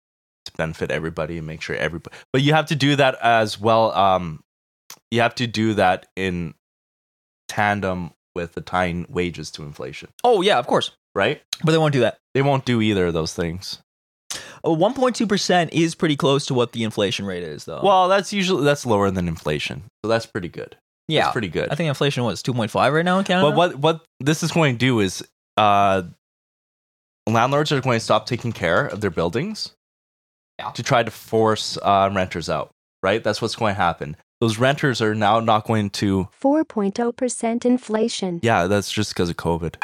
Speaker 2: to benefit everybody and make sure everybody but you have to do that as well um you have to do that in tandem with the tying wages to inflation
Speaker 1: Oh, yeah, of course.
Speaker 2: right
Speaker 1: But they won't do that.
Speaker 2: they won't do either of those things
Speaker 1: Uh, 1.2% is pretty close to what the inflation rate is, though.
Speaker 2: well that's usually that's lower than inflation so that's pretty good
Speaker 1: yeah.
Speaker 2: that's pretty good
Speaker 1: I think inflation was 2.5 right now in Canada.
Speaker 2: but what what this is going to do is uh landlords are going to stop taking care of their buildings
Speaker 1: Yeah.
Speaker 2: to try to force uh, renters out right that's what's going to happen those renters are now not going to
Speaker 4: 4.0% inflation.
Speaker 2: yeah that's just because of covid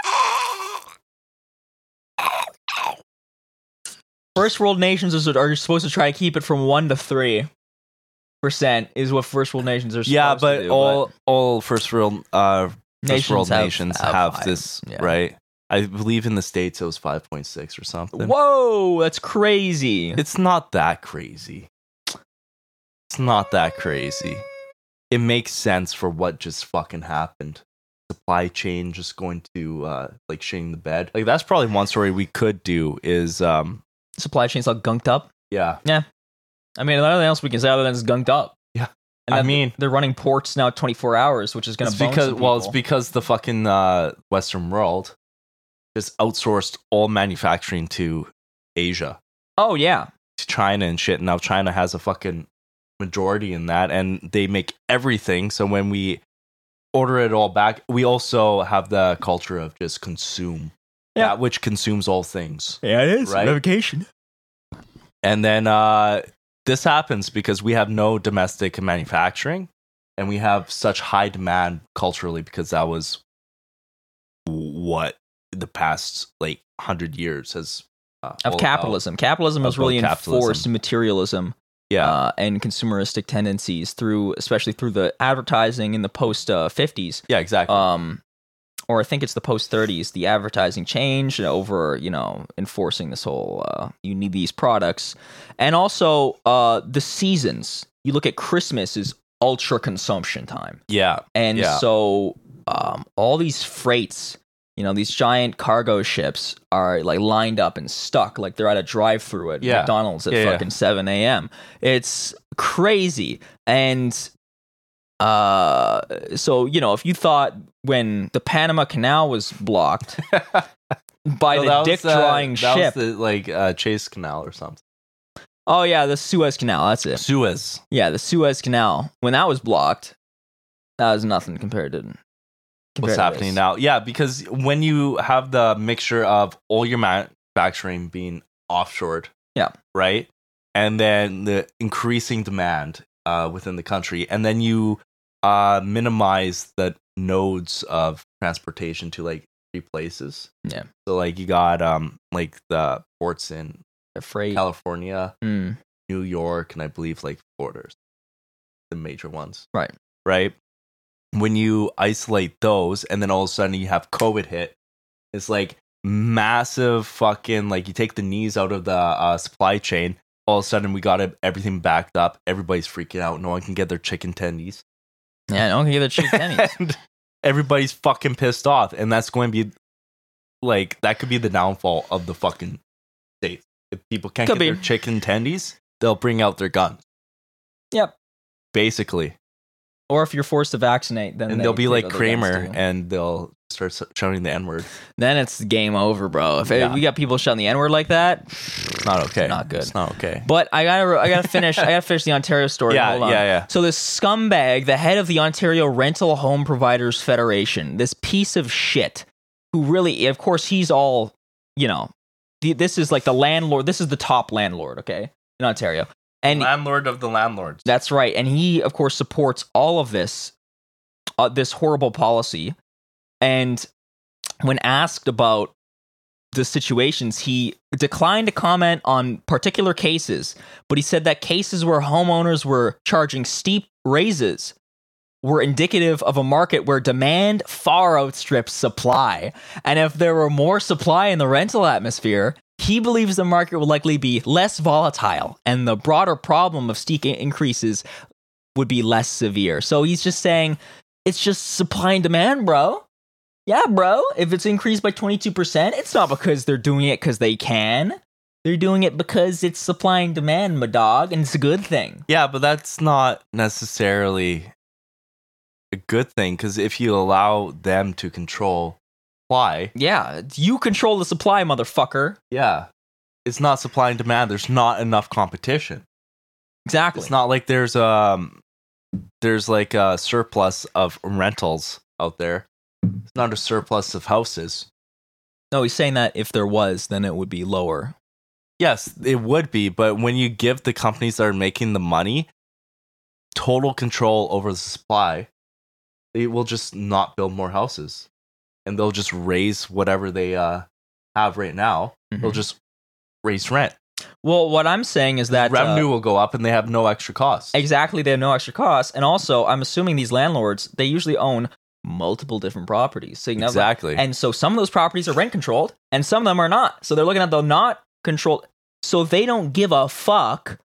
Speaker 1: First world nations is- are supposed to try to keep it from one to three percent is what first world nations are. Supposed
Speaker 2: yeah but
Speaker 1: to do,
Speaker 2: all all first world uh
Speaker 1: but
Speaker 2: first world nations have,
Speaker 1: high-
Speaker 2: this
Speaker 1: yeah.
Speaker 2: right I believe in the states it was 5.6 or something.
Speaker 1: Whoa, that's crazy.
Speaker 2: It's not that crazy. It's not that crazy. It makes sense for what just fucking happened. Supply chain just going to uh like shitting the bed. Like that's probably one story we could do is um
Speaker 1: Supply chain's all gunked up.
Speaker 2: yeah.
Speaker 1: I mean, nothing else we can say other than it's gunked up.
Speaker 2: Yeah.
Speaker 1: And
Speaker 2: I
Speaker 1: then
Speaker 2: mean-
Speaker 1: they're running ports now 24 hours, which is going
Speaker 2: It's
Speaker 1: to bone
Speaker 2: because
Speaker 1: some
Speaker 2: well it's
Speaker 1: people.
Speaker 2: because the fucking uh Western world just outsourced all manufacturing to Asia.
Speaker 1: oh yeah,
Speaker 2: to China and shit. Now China has a fucking majority in that, and they make everything. So when we order it all back, we also have the culture of just consume.
Speaker 1: Yeah.
Speaker 2: That which consumes all things.
Speaker 1: yeah, it is
Speaker 2: Right?
Speaker 1: revocation.
Speaker 2: And then uh, this happens because we have no domestic manufacturing and we have such high demand culturally because that was what the past like 100 years has uh, all
Speaker 1: of
Speaker 2: about.
Speaker 1: capitalism. Capitalism has
Speaker 2: About
Speaker 1: really enforced
Speaker 2: capitalism.
Speaker 1: materialism
Speaker 2: Yeah.
Speaker 1: uh, and consumeristic tendencies through, especially through the advertising in the post uh, 50s,
Speaker 2: yeah, exactly.
Speaker 1: um, or I think it's the post 30s. The advertising changed over, you know, enforcing this whole uh, you need these products, and also uh, the seasons. You look at Christmas is ultra consumption time.
Speaker 2: yeah.
Speaker 1: And
Speaker 2: Yeah.
Speaker 1: so um, all these freights, you know, these giant cargo ships are like lined up and stuck, like they're at a drive through at
Speaker 2: Yeah.
Speaker 1: McDonald's at
Speaker 2: Yeah, yeah.
Speaker 1: fucking 7 a.m. It's crazy. And uh, so, you know, if you thought when the Panama Canal was blocked by
Speaker 2: No,
Speaker 1: the
Speaker 2: that
Speaker 1: dick
Speaker 2: was, uh,
Speaker 1: drawing
Speaker 2: that was
Speaker 1: ship,
Speaker 2: the, like uh, Chase Canal or something.
Speaker 1: oh, yeah, the Suez Canal, that's it.
Speaker 2: Suez.
Speaker 1: Yeah, the Suez Canal, when that was blocked, that was nothing compared to compared
Speaker 2: What's
Speaker 1: to
Speaker 2: happening
Speaker 1: this.
Speaker 2: now? Yeah, because when you have the mixture of all your manufacturing being offshored,
Speaker 1: Yeah.
Speaker 2: right, and then the increasing demand uh, within the country, and then you uh, minimize the nodes of transportation to like three places.
Speaker 1: Yeah.
Speaker 2: So like you got um like the ports in
Speaker 1: The freight.
Speaker 2: California,
Speaker 1: Mm.
Speaker 2: New York, and I believe like Florida, the major ones.
Speaker 1: Right.
Speaker 2: Right. When you isolate those, and then all of a sudden you have COVID hit, it's like massive fucking like you take the knees out of the uh, supply chain. All of a sudden we got it- everything backed up. Everybody's freaking out. No one can get their chicken tendies.
Speaker 1: Yeah, no one can get their cheap pennies.
Speaker 2: and everybody's fucking pissed off, and that's going to be like that could be the downfall of the fucking state. If people can't
Speaker 1: Could
Speaker 2: get
Speaker 1: be.
Speaker 2: their chicken tendies, they'll bring out their guns.
Speaker 1: Yep.
Speaker 2: basically.
Speaker 1: Or if you're forced to vaccinate, then
Speaker 2: And
Speaker 1: they,
Speaker 2: they'll be
Speaker 1: they
Speaker 2: like
Speaker 1: go to the guns,
Speaker 2: Kramer
Speaker 1: too.
Speaker 2: and they'll start s- shouting the N word.
Speaker 1: then it's game over, bro. If
Speaker 2: Yeah.
Speaker 1: we got people shouting the N word like that,
Speaker 2: It's not okay.
Speaker 1: Not good.
Speaker 2: It's not okay.
Speaker 1: but I gotta, I gotta finish. I gotta finish the Ontario story.
Speaker 2: yeah,
Speaker 1: Hold on.
Speaker 2: yeah, yeah.
Speaker 1: So this scumbag, the head of the Ontario Rental Home Providers Federation, this piece of shit, who really, of course, he's all, you know, the, this is like the landlord. This is the top landlord, okay, in Ontario, and
Speaker 2: landlord of the landlords.
Speaker 1: That's right. And he, of course, supports all of this, uh, this horrible policy. And when asked about the situations, he declined to comment on particular cases, but he said that cases where homeowners were charging steep raises were indicative of a market where demand far outstrips supply. And if there were more supply in the rental atmosphere, he believes the market would likely be less volatile and the broader problem of steep increases would be less severe. So he's just saying it's just supply and demand, bro. Yeah, bro. If it's increased by 22%, it's not because they're doing it because they can. They're doing it because it's supply and demand, my dog, and it's a good thing.
Speaker 2: Yeah, but that's not necessarily a good thing because if you allow them to control why,
Speaker 1: Yeah, you control the supply, motherfucker.
Speaker 2: yeah, it's not supply and demand. There's not enough competition.
Speaker 1: Exactly.
Speaker 2: It's not like there's um there's like a surplus of rentals out there. It's not a surplus of houses.
Speaker 1: no, he's saying that if there was, then it would be lower.
Speaker 2: Yes, it would be, but when you give the companies that are making the money total control over the supply, they will just not build more houses. And they'll just raise whatever they uh, have right now.
Speaker 1: Mm-hmm.
Speaker 2: They'll just raise rent.
Speaker 1: Well, what I'm saying is that uh,
Speaker 2: Revenue will go up and they have no extra costs.
Speaker 1: Exactly, they have no extra costs, and also I'm assuming these landlords they usually own multiple different properties. So you know,
Speaker 2: Exactly.
Speaker 1: And so some of those properties are rent controlled and some of them are not. So they're looking at the not controlled. So they don't give a fuck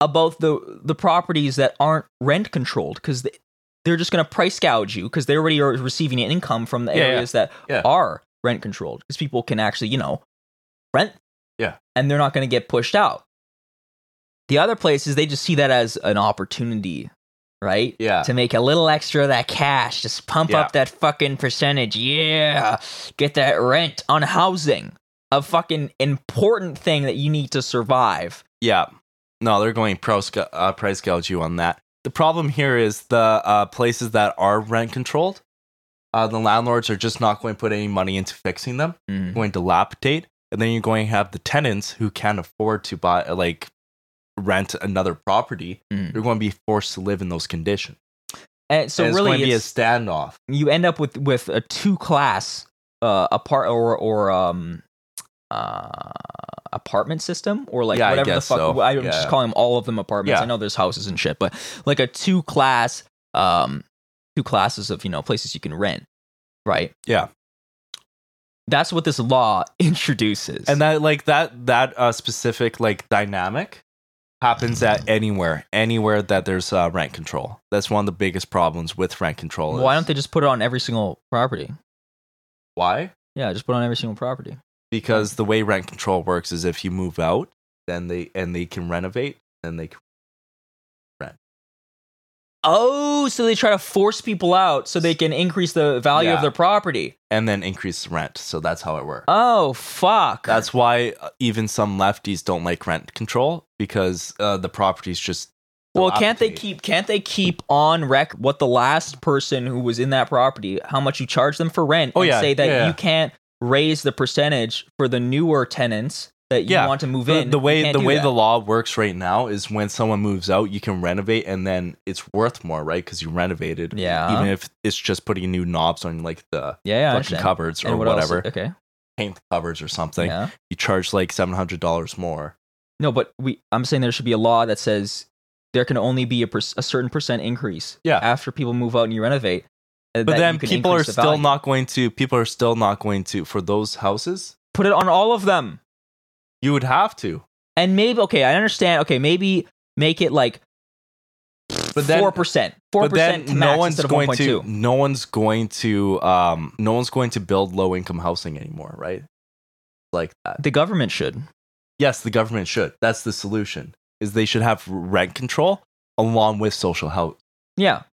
Speaker 1: about the the properties that aren't rent controlled because they, they're just going to price gouge you because they already are receiving income from the
Speaker 2: Yeah, yeah.
Speaker 1: areas that
Speaker 2: Yeah.
Speaker 1: are rent controlled because people can actually, you know, rent.
Speaker 2: Yeah.
Speaker 1: And they're not going to get pushed out. The other places, they just see that as an opportunity, right?
Speaker 2: Yeah.
Speaker 1: to make a little extra of that cash. Just pump
Speaker 2: Uh, Yeah.
Speaker 1: up that fucking percentage. Yeah. Get that rent on housing. A fucking important thing that you need to survive.
Speaker 2: Yeah. No, they're going price, gu- uh, price gouge you on that. The problem here is the uh, places that are rent controlled, uh, the landlords are just not going to put any money into fixing them,
Speaker 1: Mm-hmm.
Speaker 2: They're going to dilapidate. And then you're going to have the tenants who can't afford to buy, uh, like, rent another property.
Speaker 1: Mm.
Speaker 2: They're going to be forced to live in those conditions.
Speaker 1: And so
Speaker 2: And it's going
Speaker 1: really
Speaker 2: to be a
Speaker 1: it's-
Speaker 2: standoff.
Speaker 1: you end up with with a two class uh apart or or um uh apartment system or like
Speaker 2: Yeah, I
Speaker 1: whatever the
Speaker 2: guess
Speaker 1: fuck
Speaker 2: so.
Speaker 1: I'm
Speaker 2: Yeah.
Speaker 1: just calling all of them apartments.
Speaker 2: Yeah.
Speaker 1: I know there's houses and shit, but like a two class um two classes of, you know, places you can rent, right?
Speaker 2: Yeah.
Speaker 1: That's what this law introduces.
Speaker 2: and that like that that uh, specific like dynamic happens at anywhere anywhere that there's uh, rent control that's one of the biggest problems with rent control
Speaker 1: why
Speaker 2: is-
Speaker 1: don't they just put it on every single property?
Speaker 2: why
Speaker 1: Yeah, just put it on every single property.
Speaker 2: because
Speaker 1: Mm.
Speaker 2: the way rent control works is if you move out then they and they can renovate and they can,
Speaker 1: Oh, so they try to force people out so they can increase the value
Speaker 2: Yeah.
Speaker 1: of their property.
Speaker 2: and then increase the rent so that's how it works
Speaker 1: Oh fuck.
Speaker 2: that's why uh, even some lefties don't like rent control because uh, the properties just
Speaker 1: Well, can't they
Speaker 2: dilapidate.
Speaker 1: keep can't they keep on rec what the last person who was in that property, how much you charge them for rent,
Speaker 2: Oh,
Speaker 1: and
Speaker 2: yeah,
Speaker 1: say that
Speaker 2: yeah, yeah.
Speaker 1: you can't raise the percentage for the newer tenants that you
Speaker 2: Yeah,
Speaker 1: want to move
Speaker 2: the,
Speaker 1: in.
Speaker 2: the
Speaker 1: You
Speaker 2: way
Speaker 1: can't
Speaker 2: the
Speaker 1: do
Speaker 2: way
Speaker 1: that.
Speaker 2: the law works right now is when someone moves out, you can renovate, and then it's worth more, right? Because you renovated,
Speaker 1: Yeah.
Speaker 2: Even if it's just putting new knobs on like the
Speaker 1: yeah, yeah, I
Speaker 2: fucking
Speaker 1: understand.
Speaker 2: cupboards or
Speaker 1: And what else?
Speaker 2: whatever,
Speaker 1: Okay.
Speaker 2: paint cupboards or something,
Speaker 1: Yeah.
Speaker 2: you charge like seven hundred dollars more.
Speaker 1: No, but we I'm saying there should be a law that says there can only be a, per- a certain percent increase
Speaker 2: Yeah.
Speaker 1: after people move out and you renovate. uh,
Speaker 2: But
Speaker 1: that
Speaker 2: then
Speaker 1: you can
Speaker 2: people are
Speaker 1: increase the
Speaker 2: still
Speaker 1: value.
Speaker 2: not going to. People are still not going to for those houses.
Speaker 1: put it on all of them.
Speaker 2: You would have to.
Speaker 1: And maybe okay, I understand. Okay, maybe make it like
Speaker 2: But then
Speaker 1: four percent. Four
Speaker 2: but then
Speaker 1: percent to max
Speaker 2: no one's
Speaker 1: instead of
Speaker 2: going
Speaker 1: 1.2.
Speaker 2: to no one's going to um no one's going to build low income housing anymore, right? Like that.
Speaker 1: The government should.
Speaker 2: yes, the government should. That's the solution. Is they should have rent control along with social health.
Speaker 1: Yeah.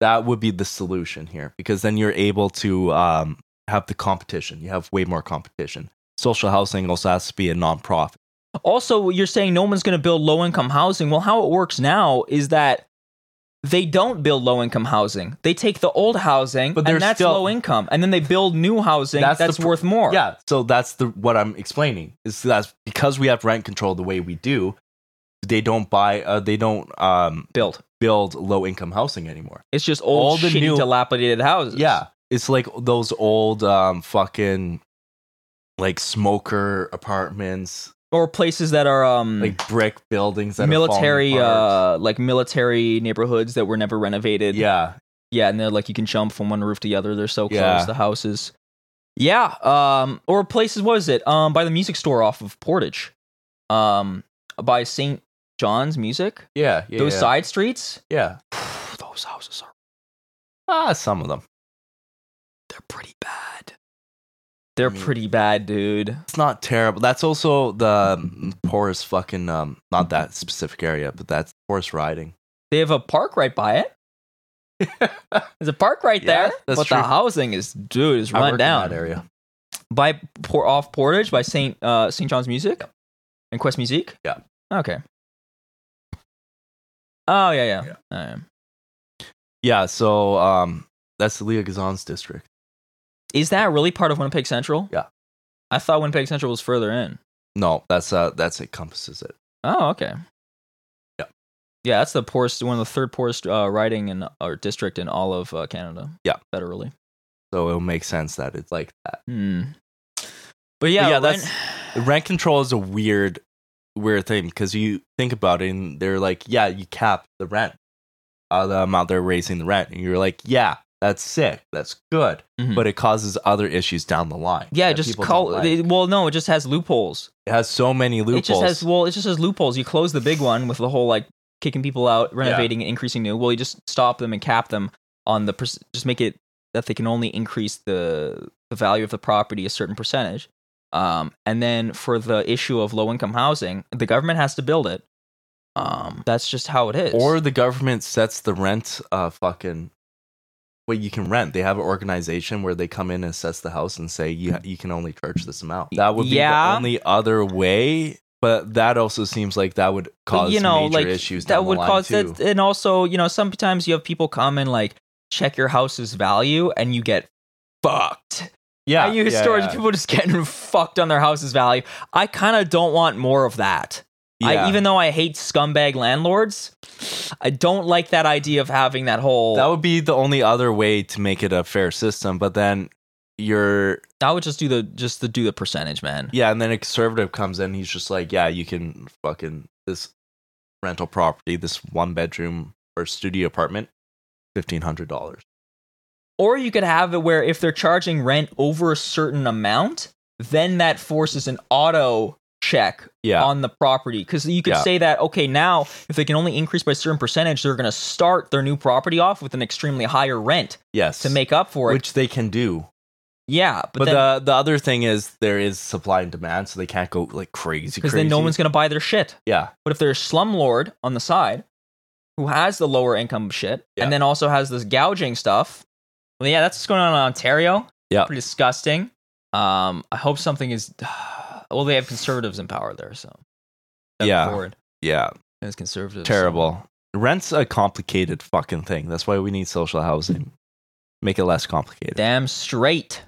Speaker 2: That would be the solution here because then you're able to um, have the competition. You have way more competition. Social housing also has to be a nonprofit.
Speaker 1: Also, you're saying no one's going to build low income housing. Well, how it works now is that they don't build low income housing. They take the old housing,
Speaker 2: But they're
Speaker 1: and that's
Speaker 2: still-
Speaker 1: low income, and then they build new housing
Speaker 2: That's
Speaker 1: that's,
Speaker 2: the pr-
Speaker 1: worth more.
Speaker 2: Yeah, so that's the what I'm explaining is that because we have rent control the way we do, they don't buy, uh, they don't um,
Speaker 1: built.
Speaker 2: build low income housing anymore.
Speaker 1: It's just old,
Speaker 2: All the
Speaker 1: shitty,
Speaker 2: new-
Speaker 1: dilapidated houses.
Speaker 2: Yeah, it's like those old um, fucking like smoker apartments,
Speaker 1: or places that are um
Speaker 2: like brick buildings that
Speaker 1: military,
Speaker 2: Are falling apart.
Speaker 1: uh, like military neighborhoods that were never renovated.
Speaker 2: yeah,
Speaker 1: Yeah, and they're like you can jump from one roof to the other. They're so close,
Speaker 2: Yeah.
Speaker 1: the houses. Yeah. Um or places what is it? Um by the music store off of Portage. Um by St. John's Music.
Speaker 2: yeah, yeah.
Speaker 1: those
Speaker 2: yeah,
Speaker 1: side streets.
Speaker 2: yeah.
Speaker 1: Those houses are
Speaker 2: Ah, some of them.
Speaker 1: they're pretty bad. They're
Speaker 2: mean-
Speaker 1: pretty bad, dude.
Speaker 2: It's not terrible. That's also the um, poorest fucking um, not that specific area, but that's poorest riding.
Speaker 1: They have a park right by it. There's a park right
Speaker 2: Yeah,
Speaker 1: there.
Speaker 2: that's
Speaker 1: but
Speaker 2: true.
Speaker 1: the housing is dude is
Speaker 2: I work
Speaker 1: run
Speaker 2: in
Speaker 1: down.
Speaker 2: that area.
Speaker 1: by Por- off Portage by Saint uh, Saint John's Music and Quest Music.
Speaker 2: Yeah.
Speaker 1: Okay. Oh yeah yeah.
Speaker 2: Yeah.
Speaker 1: Alright.
Speaker 2: Yeah, so um, that's the Leah Gazan's district.
Speaker 1: Is that really part of Winnipeg Central?
Speaker 2: Yeah.
Speaker 1: I thought Winnipeg Central was further in.
Speaker 2: No, that's uh, that's it encompasses it.
Speaker 1: Oh okay.
Speaker 2: Yeah.
Speaker 1: Yeah, that's the poorest one of the third poorest uh, riding in or district in all of uh, Canada.
Speaker 2: Yeah.
Speaker 1: Federally.
Speaker 2: So it'll make sense that it's like that.
Speaker 1: Hmm. But yeah,
Speaker 2: yeah,
Speaker 1: rent-
Speaker 2: that's- rent control is a weird weird thing because you think about it and they're like yeah you cap the rent uh, the amount they're raising the rent and you're like yeah That's sick. That's good.
Speaker 1: Mhm.
Speaker 2: But it causes other issues down the line.
Speaker 1: Yeah,
Speaker 2: that
Speaker 1: just
Speaker 2: people
Speaker 1: call.
Speaker 2: don't like.
Speaker 1: it- well, no, it just has loopholes.
Speaker 2: It has so many loopholes.
Speaker 1: It just has well, it just has loopholes. You close the big one with the whole like kicking people out, renovating, and increasing new. Well, you just stop them and cap them on the perc- just make it that they can only increase the the value of the property a certain percentage. Um, and then for the issue of low income housing, the government has to build it. Um, that's just how it is.
Speaker 2: or the government sets the rent uh fucking what you can rent. They have an organization where they come in and assess the house and say you you can only charge this amount. That would be
Speaker 1: Yeah.
Speaker 2: the only other way. But that also seems like that would
Speaker 1: But,
Speaker 2: cause major issues.
Speaker 1: that
Speaker 2: down the
Speaker 1: would
Speaker 2: line,
Speaker 1: cause
Speaker 2: too.
Speaker 1: that and also you know sometimes you have people come and like check your house's value and you get fucked
Speaker 2: Yeah,
Speaker 1: i use
Speaker 2: yeah,
Speaker 1: storage
Speaker 2: yeah.
Speaker 1: people just getting fucked on their house's value i kind of don't want more of that
Speaker 2: Yeah.
Speaker 1: I, even though i hate scumbag landlords i don't like that idea of having that whole
Speaker 2: that would be the only other way to make it a fair system. But then you're
Speaker 1: i would just do the just the do the percentage man
Speaker 2: yeah, and then a conservative comes in. He's just like, yeah, you can fucking this rental property, this one bedroom or studio apartment, fifteen hundred dollars.
Speaker 1: Or you could have it where if they're charging rent over a certain amount, then that forces an auto check
Speaker 2: Yeah.
Speaker 1: on the property. Because you could
Speaker 2: Yeah.
Speaker 1: say that, okay, now if they can only increase by a certain percentage, they're going to start their new property off with an extremely higher rent
Speaker 2: Yes,
Speaker 1: to make up for it.
Speaker 2: which they can do.
Speaker 1: yeah,
Speaker 2: But,
Speaker 1: but, then,
Speaker 2: the the other thing is there is supply and demand, so they can't go like crazy.
Speaker 1: because then no
Speaker 2: crazy.
Speaker 1: one's going to buy their shit.
Speaker 2: yeah
Speaker 1: But if there's a slumlord on the side who has the lower income shit
Speaker 2: Yeah.
Speaker 1: and then also has this gouging stuff, well, yeah, that's what's going on in Ontario.
Speaker 2: Yeah.
Speaker 1: Pretty disgusting. Um, I hope something is. Well, they have conservatives in power there, so. Step
Speaker 2: Yeah.
Speaker 1: Forward.
Speaker 2: yeah
Speaker 1: It's conservatives.
Speaker 2: terrible. Rent's a complicated fucking thing. That's why we need social housing. Make it less complicated.
Speaker 1: Damn straight.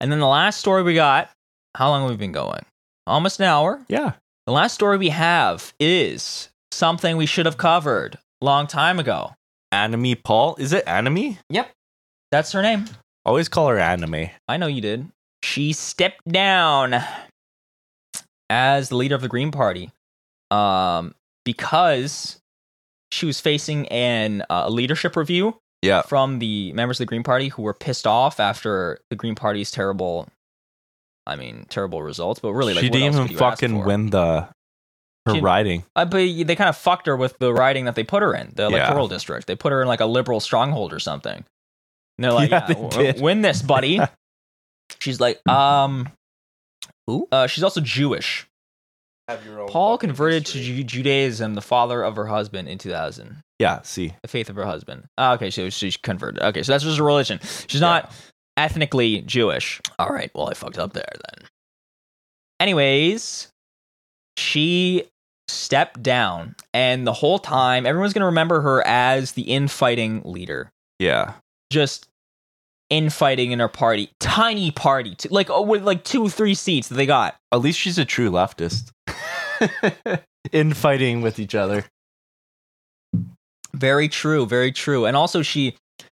Speaker 1: And then the last story we got. How long have we been going? Almost an hour.
Speaker 2: Yeah.
Speaker 1: The last story we have is something we should have covered long time ago.
Speaker 2: Anime Paul. Is it anime?
Speaker 1: That's her name.
Speaker 2: Always call her anime.
Speaker 1: I know you did. She stepped down as the leader of the Green Party um, because she was facing an, uh, a leadership review
Speaker 2: Yeah.
Speaker 1: from the members of the Green Party who were pissed off after the Green Party's terrible, I mean, terrible results. But really, like,
Speaker 2: she
Speaker 1: what
Speaker 2: didn't
Speaker 1: else
Speaker 2: even
Speaker 1: could you ask
Speaker 2: fucking
Speaker 1: for?
Speaker 2: win the her
Speaker 1: She-
Speaker 2: riding.
Speaker 1: Uh, but they kind of fucked her with the riding that they put her in, the
Speaker 2: Yeah.
Speaker 1: electoral district. They put her in like a liberal stronghold or something. And they're like,
Speaker 2: Yeah,
Speaker 1: yeah,
Speaker 2: they
Speaker 1: w-
Speaker 2: did.
Speaker 1: win this, buddy. she's like, um, who? Uh, she's also Jewish.
Speaker 2: Have your own
Speaker 1: Paul converted to Ju- Judaism, the father of her husband, in 2000.
Speaker 2: Yeah. See.
Speaker 1: The faith of her husband. Ah, okay, so she's converted. Okay, so that's just a religion. She's not ethnically Jewish. All right, well, I fucked up there then. Anyways, she stepped down, and the whole time, everyone's going to remember her as the infighting leader.
Speaker 2: Yeah.
Speaker 1: Just infighting in her party. Tiny party, t- like oh, with like two, three seats that they got.
Speaker 2: At least she's a true leftist. Infighting with each other.
Speaker 1: Very true, very true. And also, she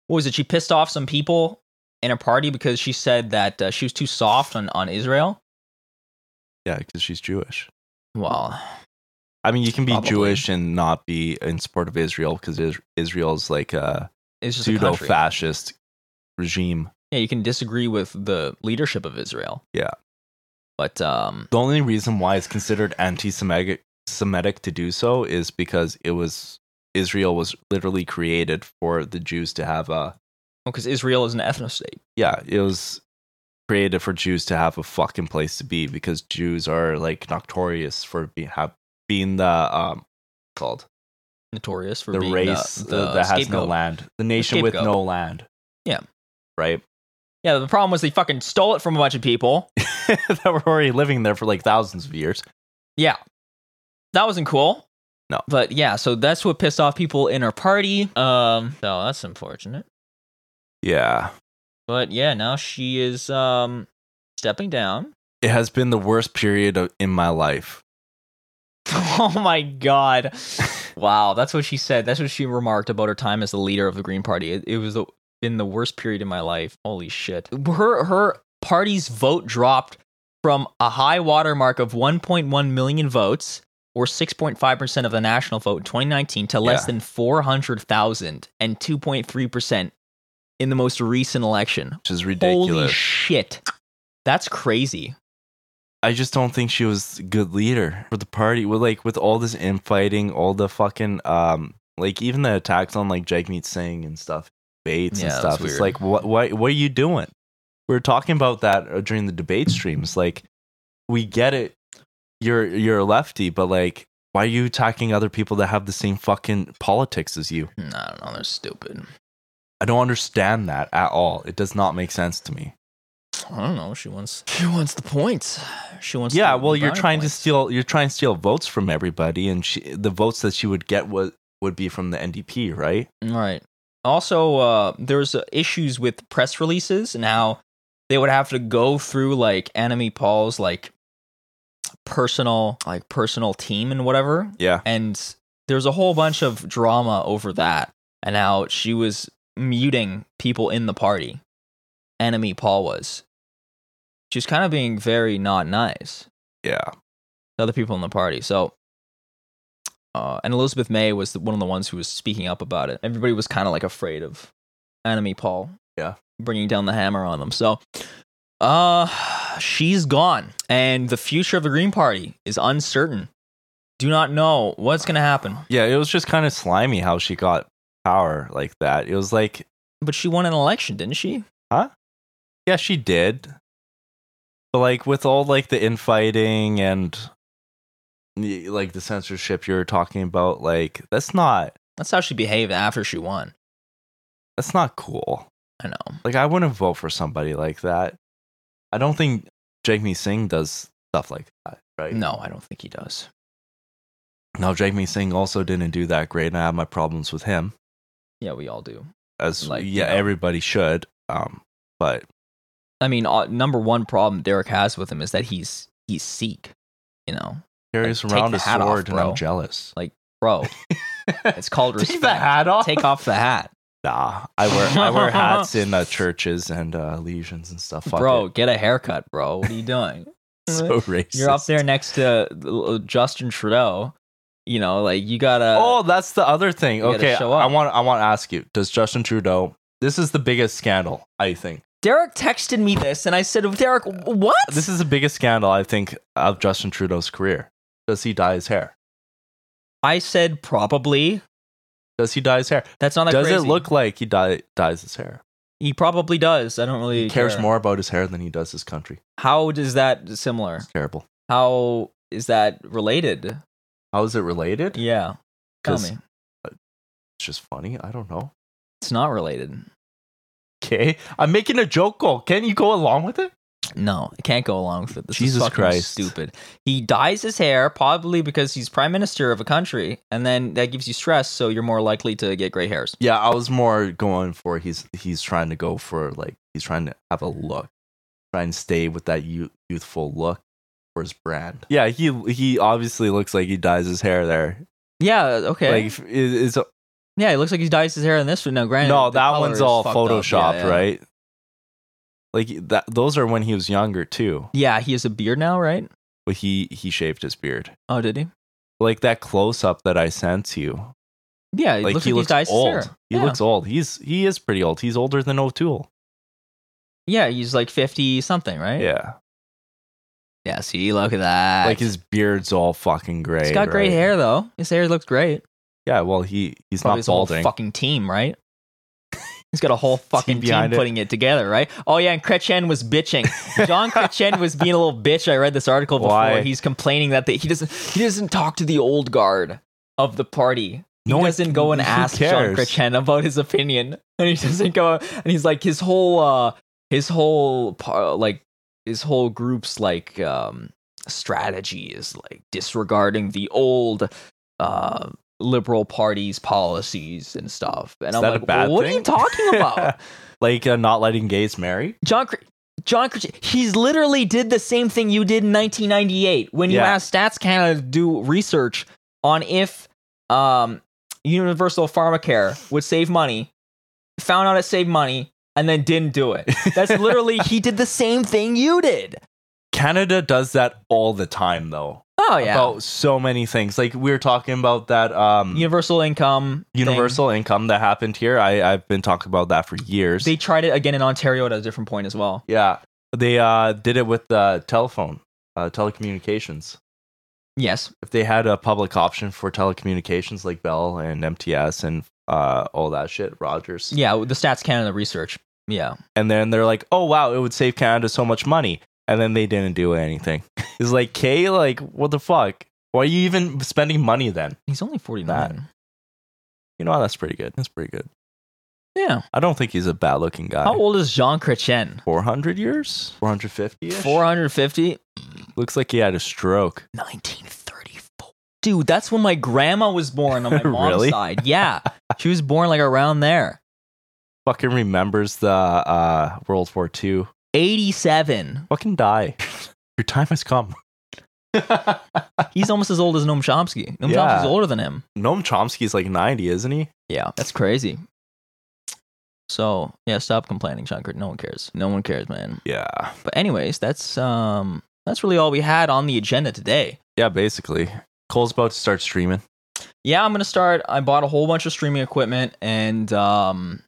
Speaker 1: what was it? She pissed off some people in her party because she said that uh, she was too soft on on Israel.
Speaker 2: Yeah, because she's Jewish.
Speaker 1: Well,
Speaker 2: I mean, you can be
Speaker 1: Probably.
Speaker 2: Jewish and not be in support of Israel because is- Israel's like a
Speaker 1: it's just a
Speaker 2: pseudo
Speaker 1: country.
Speaker 2: fascist regime.
Speaker 1: Yeah, you can disagree with the leadership of Israel.
Speaker 2: Yeah.
Speaker 1: but um,
Speaker 2: The only reason why it's considered anti Semitic Semitic to do so is because it was Israel was literally created for the Jews to have a
Speaker 1: because Israel is an ethno state.
Speaker 2: yeah, it was created for Jews to have a fucking place to be because Jews are like notorious for be, have, being the um called
Speaker 1: Notorious for
Speaker 2: the
Speaker 1: being
Speaker 2: race
Speaker 1: the,
Speaker 2: uh, that has no
Speaker 1: scapegoat.
Speaker 2: land, the nation with
Speaker 1: scapegoat.
Speaker 2: no land.
Speaker 1: Yeah.
Speaker 2: right.
Speaker 1: Yeah, the problem was they fucking stole it from a bunch of people.
Speaker 2: that were already living there for like thousands of years.
Speaker 1: Yeah. That wasn't cool.
Speaker 2: No.
Speaker 1: But yeah, so that's what pissed off people in her party. Um, so that's unfortunate.
Speaker 2: Yeah,
Speaker 1: But yeah, now she is um stepping down.
Speaker 2: it has been the worst period of, in my life.
Speaker 1: oh my god. Wow, that's what she said. That's what she remarked about her time as the leader of the Green Party. It, it was the, in the worst period in my life. Holy shit. Her her party's vote dropped from a high watermark of 1.1 million votes or 6.5% of the national vote in 2019 to less
Speaker 2: Yeah.
Speaker 1: than 400,000 and 2.3% in the most recent election.
Speaker 2: which is
Speaker 1: Holy
Speaker 2: ridiculous.
Speaker 1: shit. That's crazy.
Speaker 2: I just don't think she was a good leader for the party. With like with all this infighting, all the fucking um, like even the attacks on like Jagmeet Singh and stuff, Bates
Speaker 1: Yeah,
Speaker 2: and
Speaker 1: that's
Speaker 2: stuff. It's
Speaker 1: weird.
Speaker 2: like what what what are you doing? We were talking about that uh, during the debate streams. Like we get it, you're you're a lefty, but like why are you attacking other people that have the same fucking politics as you?
Speaker 1: I don't know. They're stupid.
Speaker 2: I don't understand that at all. It does not make sense to me.
Speaker 1: I don't know. She wants. She wants the points. She wants.
Speaker 2: yeah
Speaker 1: the-
Speaker 2: well
Speaker 1: the
Speaker 2: you're
Speaker 1: brownie
Speaker 2: trying
Speaker 1: points.
Speaker 2: to steal you're trying to steal votes from everybody and she, the votes that she would get would, would be from the ndp right
Speaker 1: Right. Also, uh, there's uh, issues with press releases and how they would have to go through like enemy Paul's like personal like personal team and whatever.
Speaker 2: yeah
Speaker 1: And there's a whole bunch of drama over that and how she was muting people in the party. Enemy Paul was. She's kind of being very not nice
Speaker 2: yeah
Speaker 1: the other people in the party. So, uh, and Elizabeth May was the, one of the ones who was speaking up about it. Everybody was kind of like afraid of enemy Paul.
Speaker 2: Yeah.
Speaker 1: Bringing down the hammer on them. So, uh, she's gone, and the future of the Green Party is uncertain. Do not know what's going to happen.
Speaker 2: yeah it was just kind of slimy how she got power like that it was like
Speaker 1: But she won an election, didn't she?
Speaker 2: yeah she did but like with all like the infighting and y- like the censorship you're talking about like that's not
Speaker 1: That's how she behaved after she won.
Speaker 2: that's not cool
Speaker 1: I know.
Speaker 2: like i wouldn't vote for somebody like that i don't think jagmeet singh does stuff like that right
Speaker 1: No, I don't think he does.
Speaker 2: Now, Jagmeet Singh also didn't do that great, and I have my problems with him.
Speaker 1: Yeah, we all do.
Speaker 2: As
Speaker 1: Like,
Speaker 2: yeah,
Speaker 1: you know.
Speaker 2: everybody should. Um, but
Speaker 1: I mean, uh, number one problem Derek has with him is that he's he's Sikh. You know,
Speaker 2: carries
Speaker 1: take
Speaker 2: around
Speaker 1: the
Speaker 2: a
Speaker 1: hat
Speaker 2: sword,
Speaker 1: off,
Speaker 2: and I'm
Speaker 1: bro.
Speaker 2: jealous.
Speaker 1: bro. It's called respect.
Speaker 2: off.
Speaker 1: Take off the hat,
Speaker 2: Nah, I wear I wear hats in uh, churches and uh, legions and stuff. Fuck
Speaker 1: bro.
Speaker 2: it.
Speaker 1: Get a haircut, bro. What are you doing?
Speaker 2: so racist.
Speaker 1: You're up there next to uh, Justin Trudeau. You know, like you gotta.
Speaker 2: oh, that's the other thing.
Speaker 1: uh, you gotta
Speaker 2: Okay,
Speaker 1: show up.
Speaker 2: I want I want to ask you: Does Justin Trudeau? This is the biggest scandal, I think.
Speaker 1: Derek texted me this, and I said, Derek, what?
Speaker 2: This is the biggest scandal I think of Justin Trudeau's career. Does he dye his hair?
Speaker 1: I said probably.
Speaker 2: Does he dye his hair?
Speaker 1: That's not that
Speaker 2: does
Speaker 1: crazy.
Speaker 2: it look like he dye, dyes his hair?
Speaker 1: He probably does. I don't really
Speaker 2: He cares
Speaker 1: care.
Speaker 2: more about his hair than he does his country.
Speaker 1: How does that similar?
Speaker 2: It's terrible.
Speaker 1: How is that related?
Speaker 2: How is it related?
Speaker 1: Yeah, tell
Speaker 2: 'Cause
Speaker 1: me.
Speaker 2: It's just funny. I don't know.
Speaker 1: It's not related.
Speaker 2: Okay, I'm making a joke. Cole. Can you go along with it?
Speaker 1: No, I can't go along with it. This
Speaker 2: Jesus
Speaker 1: is fucking
Speaker 2: Christ.
Speaker 1: stupid. He dyes his hair probably because he's prime minister of a country, and then that gives you stress, so you're more likely to get gray hairs.
Speaker 2: Yeah, I was more going for he's he's trying to go for like he's trying to have a look, trying to stay with that youth, youthful look for his brand. Yeah, he he obviously looks like he dyes his hair there.
Speaker 1: Yeah, okay.
Speaker 2: Like is, is
Speaker 1: yeah, it looks like he dyes his hair in this one. No, granted,
Speaker 2: no,
Speaker 1: the
Speaker 2: that
Speaker 1: color
Speaker 2: one's
Speaker 1: is
Speaker 2: all
Speaker 1: fucked up. Yeah,
Speaker 2: photoshopped,
Speaker 1: yeah.
Speaker 2: right? Like that those are when he was younger too.
Speaker 1: Yeah, he has a beard now, right?
Speaker 2: But he he shaved his beard.
Speaker 1: Oh, did he?
Speaker 2: like that close up that I sent you.
Speaker 1: Yeah, it
Speaker 2: Like
Speaker 1: looks
Speaker 2: he
Speaker 1: like
Speaker 2: looks
Speaker 1: he dyes
Speaker 2: old.
Speaker 1: his hair.
Speaker 2: He
Speaker 1: yeah.
Speaker 2: looks old. He's he is pretty old. He's older than O'Toole.
Speaker 1: yeah, he's like fifty something, right?
Speaker 2: Yeah,
Speaker 1: yeah. See, look at that.
Speaker 2: like his beard's all fucking gray.
Speaker 1: he's got great
Speaker 2: right?
Speaker 1: hair though. His hair looks great.
Speaker 2: Yeah, well he he's
Speaker 1: Probably
Speaker 2: not
Speaker 1: his whole
Speaker 2: balding.
Speaker 1: fucking team, right? He's got a whole fucking team,
Speaker 2: behind it.
Speaker 1: putting it together, right? Oh yeah, and Kretchen was bitching. John Kretchen was being a little bitch. I read this article before.
Speaker 2: Why?
Speaker 1: He's complaining that they, he doesn't he doesn't talk to the old guard of the party. He
Speaker 2: No one-
Speaker 1: doesn't go and
Speaker 2: who
Speaker 1: ask John
Speaker 2: cares?
Speaker 1: Kretchen about his opinion, and he doesn't go and he's like his whole uh his whole par- like his whole group's like um strategy is like disregarding the old uh liberal party's policies and stuff. And
Speaker 2: Is
Speaker 1: I'm
Speaker 2: that
Speaker 1: like,
Speaker 2: a bad
Speaker 1: what are
Speaker 2: thing?
Speaker 1: you talking about?
Speaker 2: like uh, not letting gays marry.
Speaker 1: John Cr- John Cr- he's literally did the same thing you did in 1998 when you
Speaker 2: Yeah.
Speaker 1: asked Stats Canada to do research on if um, universal pharmacare would save money. Found out it saved money and then didn't do it. That's literally he did the same thing you did.
Speaker 2: Canada does that all the time though.
Speaker 1: Oh yeah.
Speaker 2: about so many things. Like we were talking about that um
Speaker 1: universal income. thing.
Speaker 2: universal income that happened here. I I've been talking about that for years.
Speaker 1: They tried it again in Ontario at a different point as well.
Speaker 2: yeah, they uh did it with uh, telephone, uh, telecommunications.
Speaker 1: Yes.
Speaker 2: If they had a public option for telecommunications like Bell and MTS and uh all that shit, Rogers.
Speaker 1: Yeah. The Stats Canada research. Yeah.
Speaker 2: and then they're like, "Oh wow, it would save Canada so much money," and then they didn't do anything. It's like, "Kay, like what the fuck? Why are you even spending money then?"
Speaker 1: He's only forty nine.
Speaker 2: You know, what? that's pretty good. That's pretty good.
Speaker 1: Yeah.
Speaker 2: I don't think he's a bad looking guy.
Speaker 1: How old is Jean Chrétien?
Speaker 2: Four hundred years? Four hundred fifty?
Speaker 1: Four hundred fifty.
Speaker 2: Looks like he had a stroke.
Speaker 1: 1934. Dude, that's when my grandma was born on my mom's
Speaker 2: Really?
Speaker 1: side. Yeah. She was born like around there.
Speaker 2: Fucking remembers the uh, World War II.
Speaker 1: 87.
Speaker 2: Fucking die. Your time has come.
Speaker 1: He's almost as old as Noam Chomsky. Noam
Speaker 2: Yeah.
Speaker 1: Chomsky's older than him.
Speaker 2: Noam Chomsky's like ninety, isn't he?
Speaker 1: Yeah. That's crazy. So, yeah, stop complaining, Shankar. No one cares. No one cares, man.
Speaker 2: Yeah.
Speaker 1: But anyways, that's um that's really all we had on the agenda today.
Speaker 2: Yeah, basically. Cole's about to start streaming.
Speaker 1: Yeah, I'm going to start I bought a whole bunch of streaming equipment and um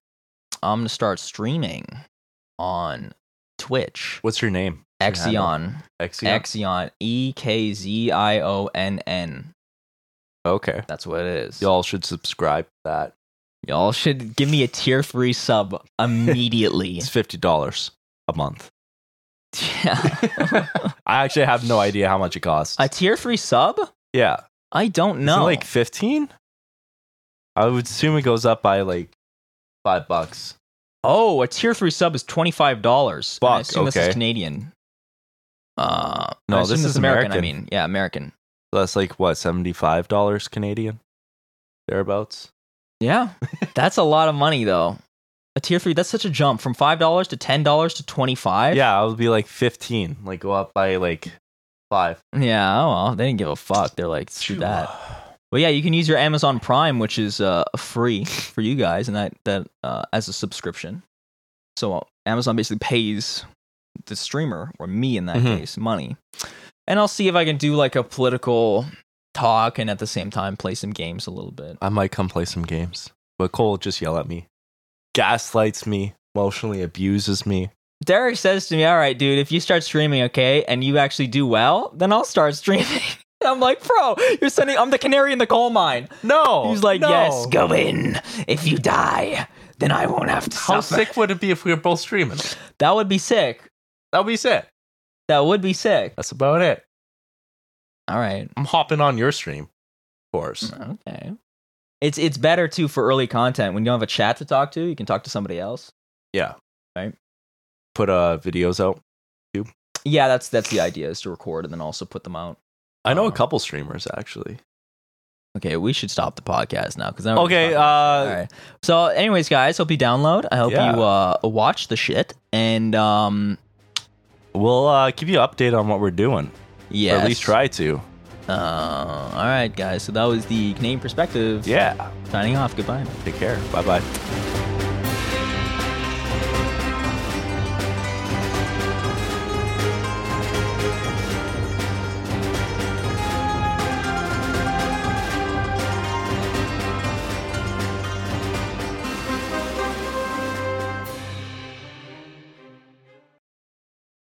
Speaker 1: I'm going to start streaming on Twitch.
Speaker 2: What's your name?
Speaker 1: Exion.
Speaker 2: Exion.
Speaker 1: Exion. E K Z I O N N.
Speaker 2: okay.
Speaker 1: That's what it is.
Speaker 2: Y'all should subscribe to that.
Speaker 1: Y'all should give me a tier three sub immediately.
Speaker 2: It's fifty dollars a month.
Speaker 1: yeah.
Speaker 2: I actually have no idea how much it costs.
Speaker 1: a tier three sub?
Speaker 2: yeah.
Speaker 1: I don't
Speaker 2: Isn't it
Speaker 1: know.
Speaker 2: like fifteen? I would assume it goes up by like five bucks.
Speaker 1: oh, a tier three sub is twenty five dollars. I
Speaker 2: Fuck,
Speaker 1: assume this
Speaker 2: okay.
Speaker 1: is Canadian. Uh,
Speaker 2: No,
Speaker 1: I assume
Speaker 2: this is
Speaker 1: I
Speaker 2: American.
Speaker 1: mean, yeah, American.
Speaker 2: So that's like what, seventy five dollars Canadian? Thereabouts.
Speaker 1: Yeah, that's a lot of money though. A tier three, that's such a jump from five dollars to ten dollars to twenty five.
Speaker 2: yeah, I would be like fifteen. Like go up by like five.
Speaker 1: yeah. Oh well, they didn't give a fuck. They're like, screw that. But yeah, you can use your Amazon Prime, which is uh, free for you guys, and that that uh, as a subscription. So uh, Amazon basically pays the streamer or me in that
Speaker 2: Mhm.
Speaker 1: case money, and I'll see if I can do like a political talk and at the same time play some games a little bit.
Speaker 2: I might come play some games. But Cole will just yell at me. Gaslights me, emotionally abuses me.
Speaker 1: Derek says to me, "All right, dude, if you start streaming, okay, and you actually do well, then I'll start streaming." And I'm like, bro, you're sending. I'm the canary in the coal mine.
Speaker 2: No.
Speaker 1: He's like,
Speaker 2: Oh, no.
Speaker 1: yes, go in. If you die, then I won't have to
Speaker 2: How
Speaker 1: suffer.
Speaker 2: sick would it be if we were both streaming?
Speaker 1: That would be sick.
Speaker 2: That'd be sick.
Speaker 1: That would be sick.
Speaker 2: That's about it.
Speaker 1: All right.
Speaker 2: I'm hopping on your stream, of course.
Speaker 1: Mm. Okay. Mm-hmm. It's it's better too for early content when you don't have a chat to talk to. You can talk to somebody else.
Speaker 2: Yeah.
Speaker 1: Right.
Speaker 2: Put uh videos out.
Speaker 1: Yeah, that's that's the idea is to record and then also put them out.
Speaker 2: I know a
Speaker 1: Uh-huh.
Speaker 2: couple streamers actually.
Speaker 1: Okay, we should stop the podcast now because
Speaker 2: Okay, uh
Speaker 1: All right. So, anyways, guys, hope you download. I hope
Speaker 2: Yeah.
Speaker 1: you uh, watch the shit and um,
Speaker 2: we'll uh give you an update on what we're doing.
Speaker 1: yeah,
Speaker 2: Or at least try to.
Speaker 1: Uh, all right, guys. So that was the Canadian perspective.
Speaker 2: Yeah.
Speaker 1: signing off. Goodbye.
Speaker 2: Take care. Bye bye.